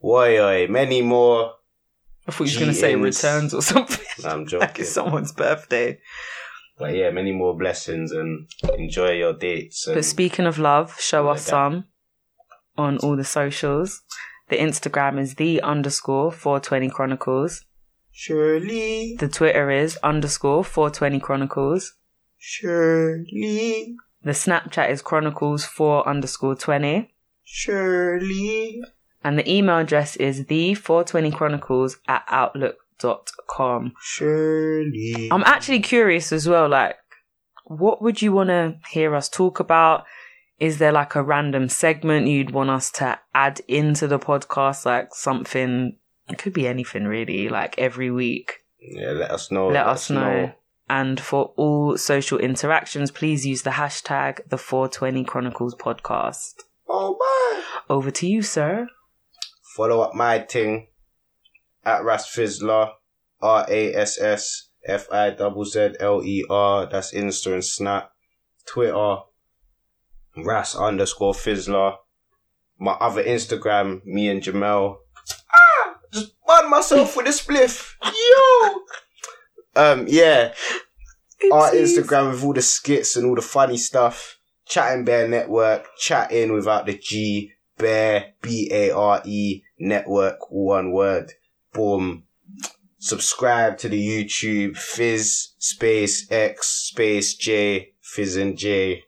[SPEAKER 2] Oi, oi. Many more.
[SPEAKER 3] i thought you were going to say
[SPEAKER 2] GNs.
[SPEAKER 3] returns or something
[SPEAKER 2] Nah, I'm
[SPEAKER 3] like
[SPEAKER 2] joking.
[SPEAKER 3] it's someone's birthday
[SPEAKER 2] But yeah, many more blessings and enjoy your dates. And
[SPEAKER 3] But speaking of love, show
[SPEAKER 2] Yeah,
[SPEAKER 3] us
[SPEAKER 2] that-
[SPEAKER 3] some on all the socials. The Instagram is the underscore 420 Chronicles.
[SPEAKER 2] Shirley,
[SPEAKER 3] The Twitter is underscore 420 Chronicles.
[SPEAKER 2] Shirley,
[SPEAKER 3] The Snapchat is Chronicles 4 underscore 20.
[SPEAKER 2] Shirley.
[SPEAKER 3] And the email address is the 420 Chronicles at outlook.com.
[SPEAKER 2] Shirley.
[SPEAKER 3] I'm actually curious as well, like, what would you want to hear us talk about? Is there like a random segment you'd want us to add into the podcast? Like something, it could be anything really, like every week.
[SPEAKER 2] yeah, let us know.
[SPEAKER 3] Let us know. And for all social interactions, please use the hashtag the 420 Chronicles podcast.
[SPEAKER 2] Oh, bye.
[SPEAKER 3] Over to you, sir.
[SPEAKER 2] Follow up my thing at Ras Fizzler, R A S S F I double Z L E R. That's Insta and Snap, Twitter, Ras underscore Fizzler. My other Instagram, me and Jamel. Ah, just burned myself with a spliff. Yo. Um, yeah, our Instagram with all the skits and all the funny stuff. Chatting Bear Network, chatting without the G, Bear, B A R E, Network, all one word. Boom. Subscribe to the YouTube, Fizz, space X, space J, Fizz and J.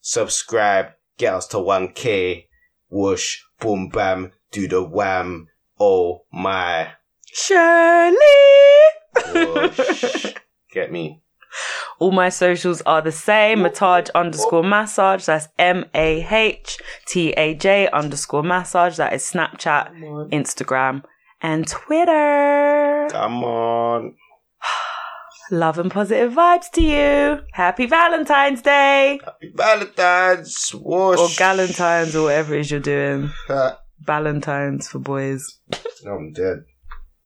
[SPEAKER 2] Subscribe, get us to 1K. Whoosh, boom bam, do the wham. Oh my.
[SPEAKER 3] Shirley!
[SPEAKER 2] Whoosh. get me.
[SPEAKER 3] All my socials are the same. Mataj underscore massage. That's M A H T A J underscore massage. That is Snapchat, Instagram, and Twitter.
[SPEAKER 2] Come on.
[SPEAKER 3] Love and positive vibes to you. Happy Valentine's Day
[SPEAKER 2] Happy Valentine's. Whoosh.
[SPEAKER 3] or Galentine's or whatever it is you're doing.
[SPEAKER 2] Ha.
[SPEAKER 3] Valentine's for boys.
[SPEAKER 2] I'm dead.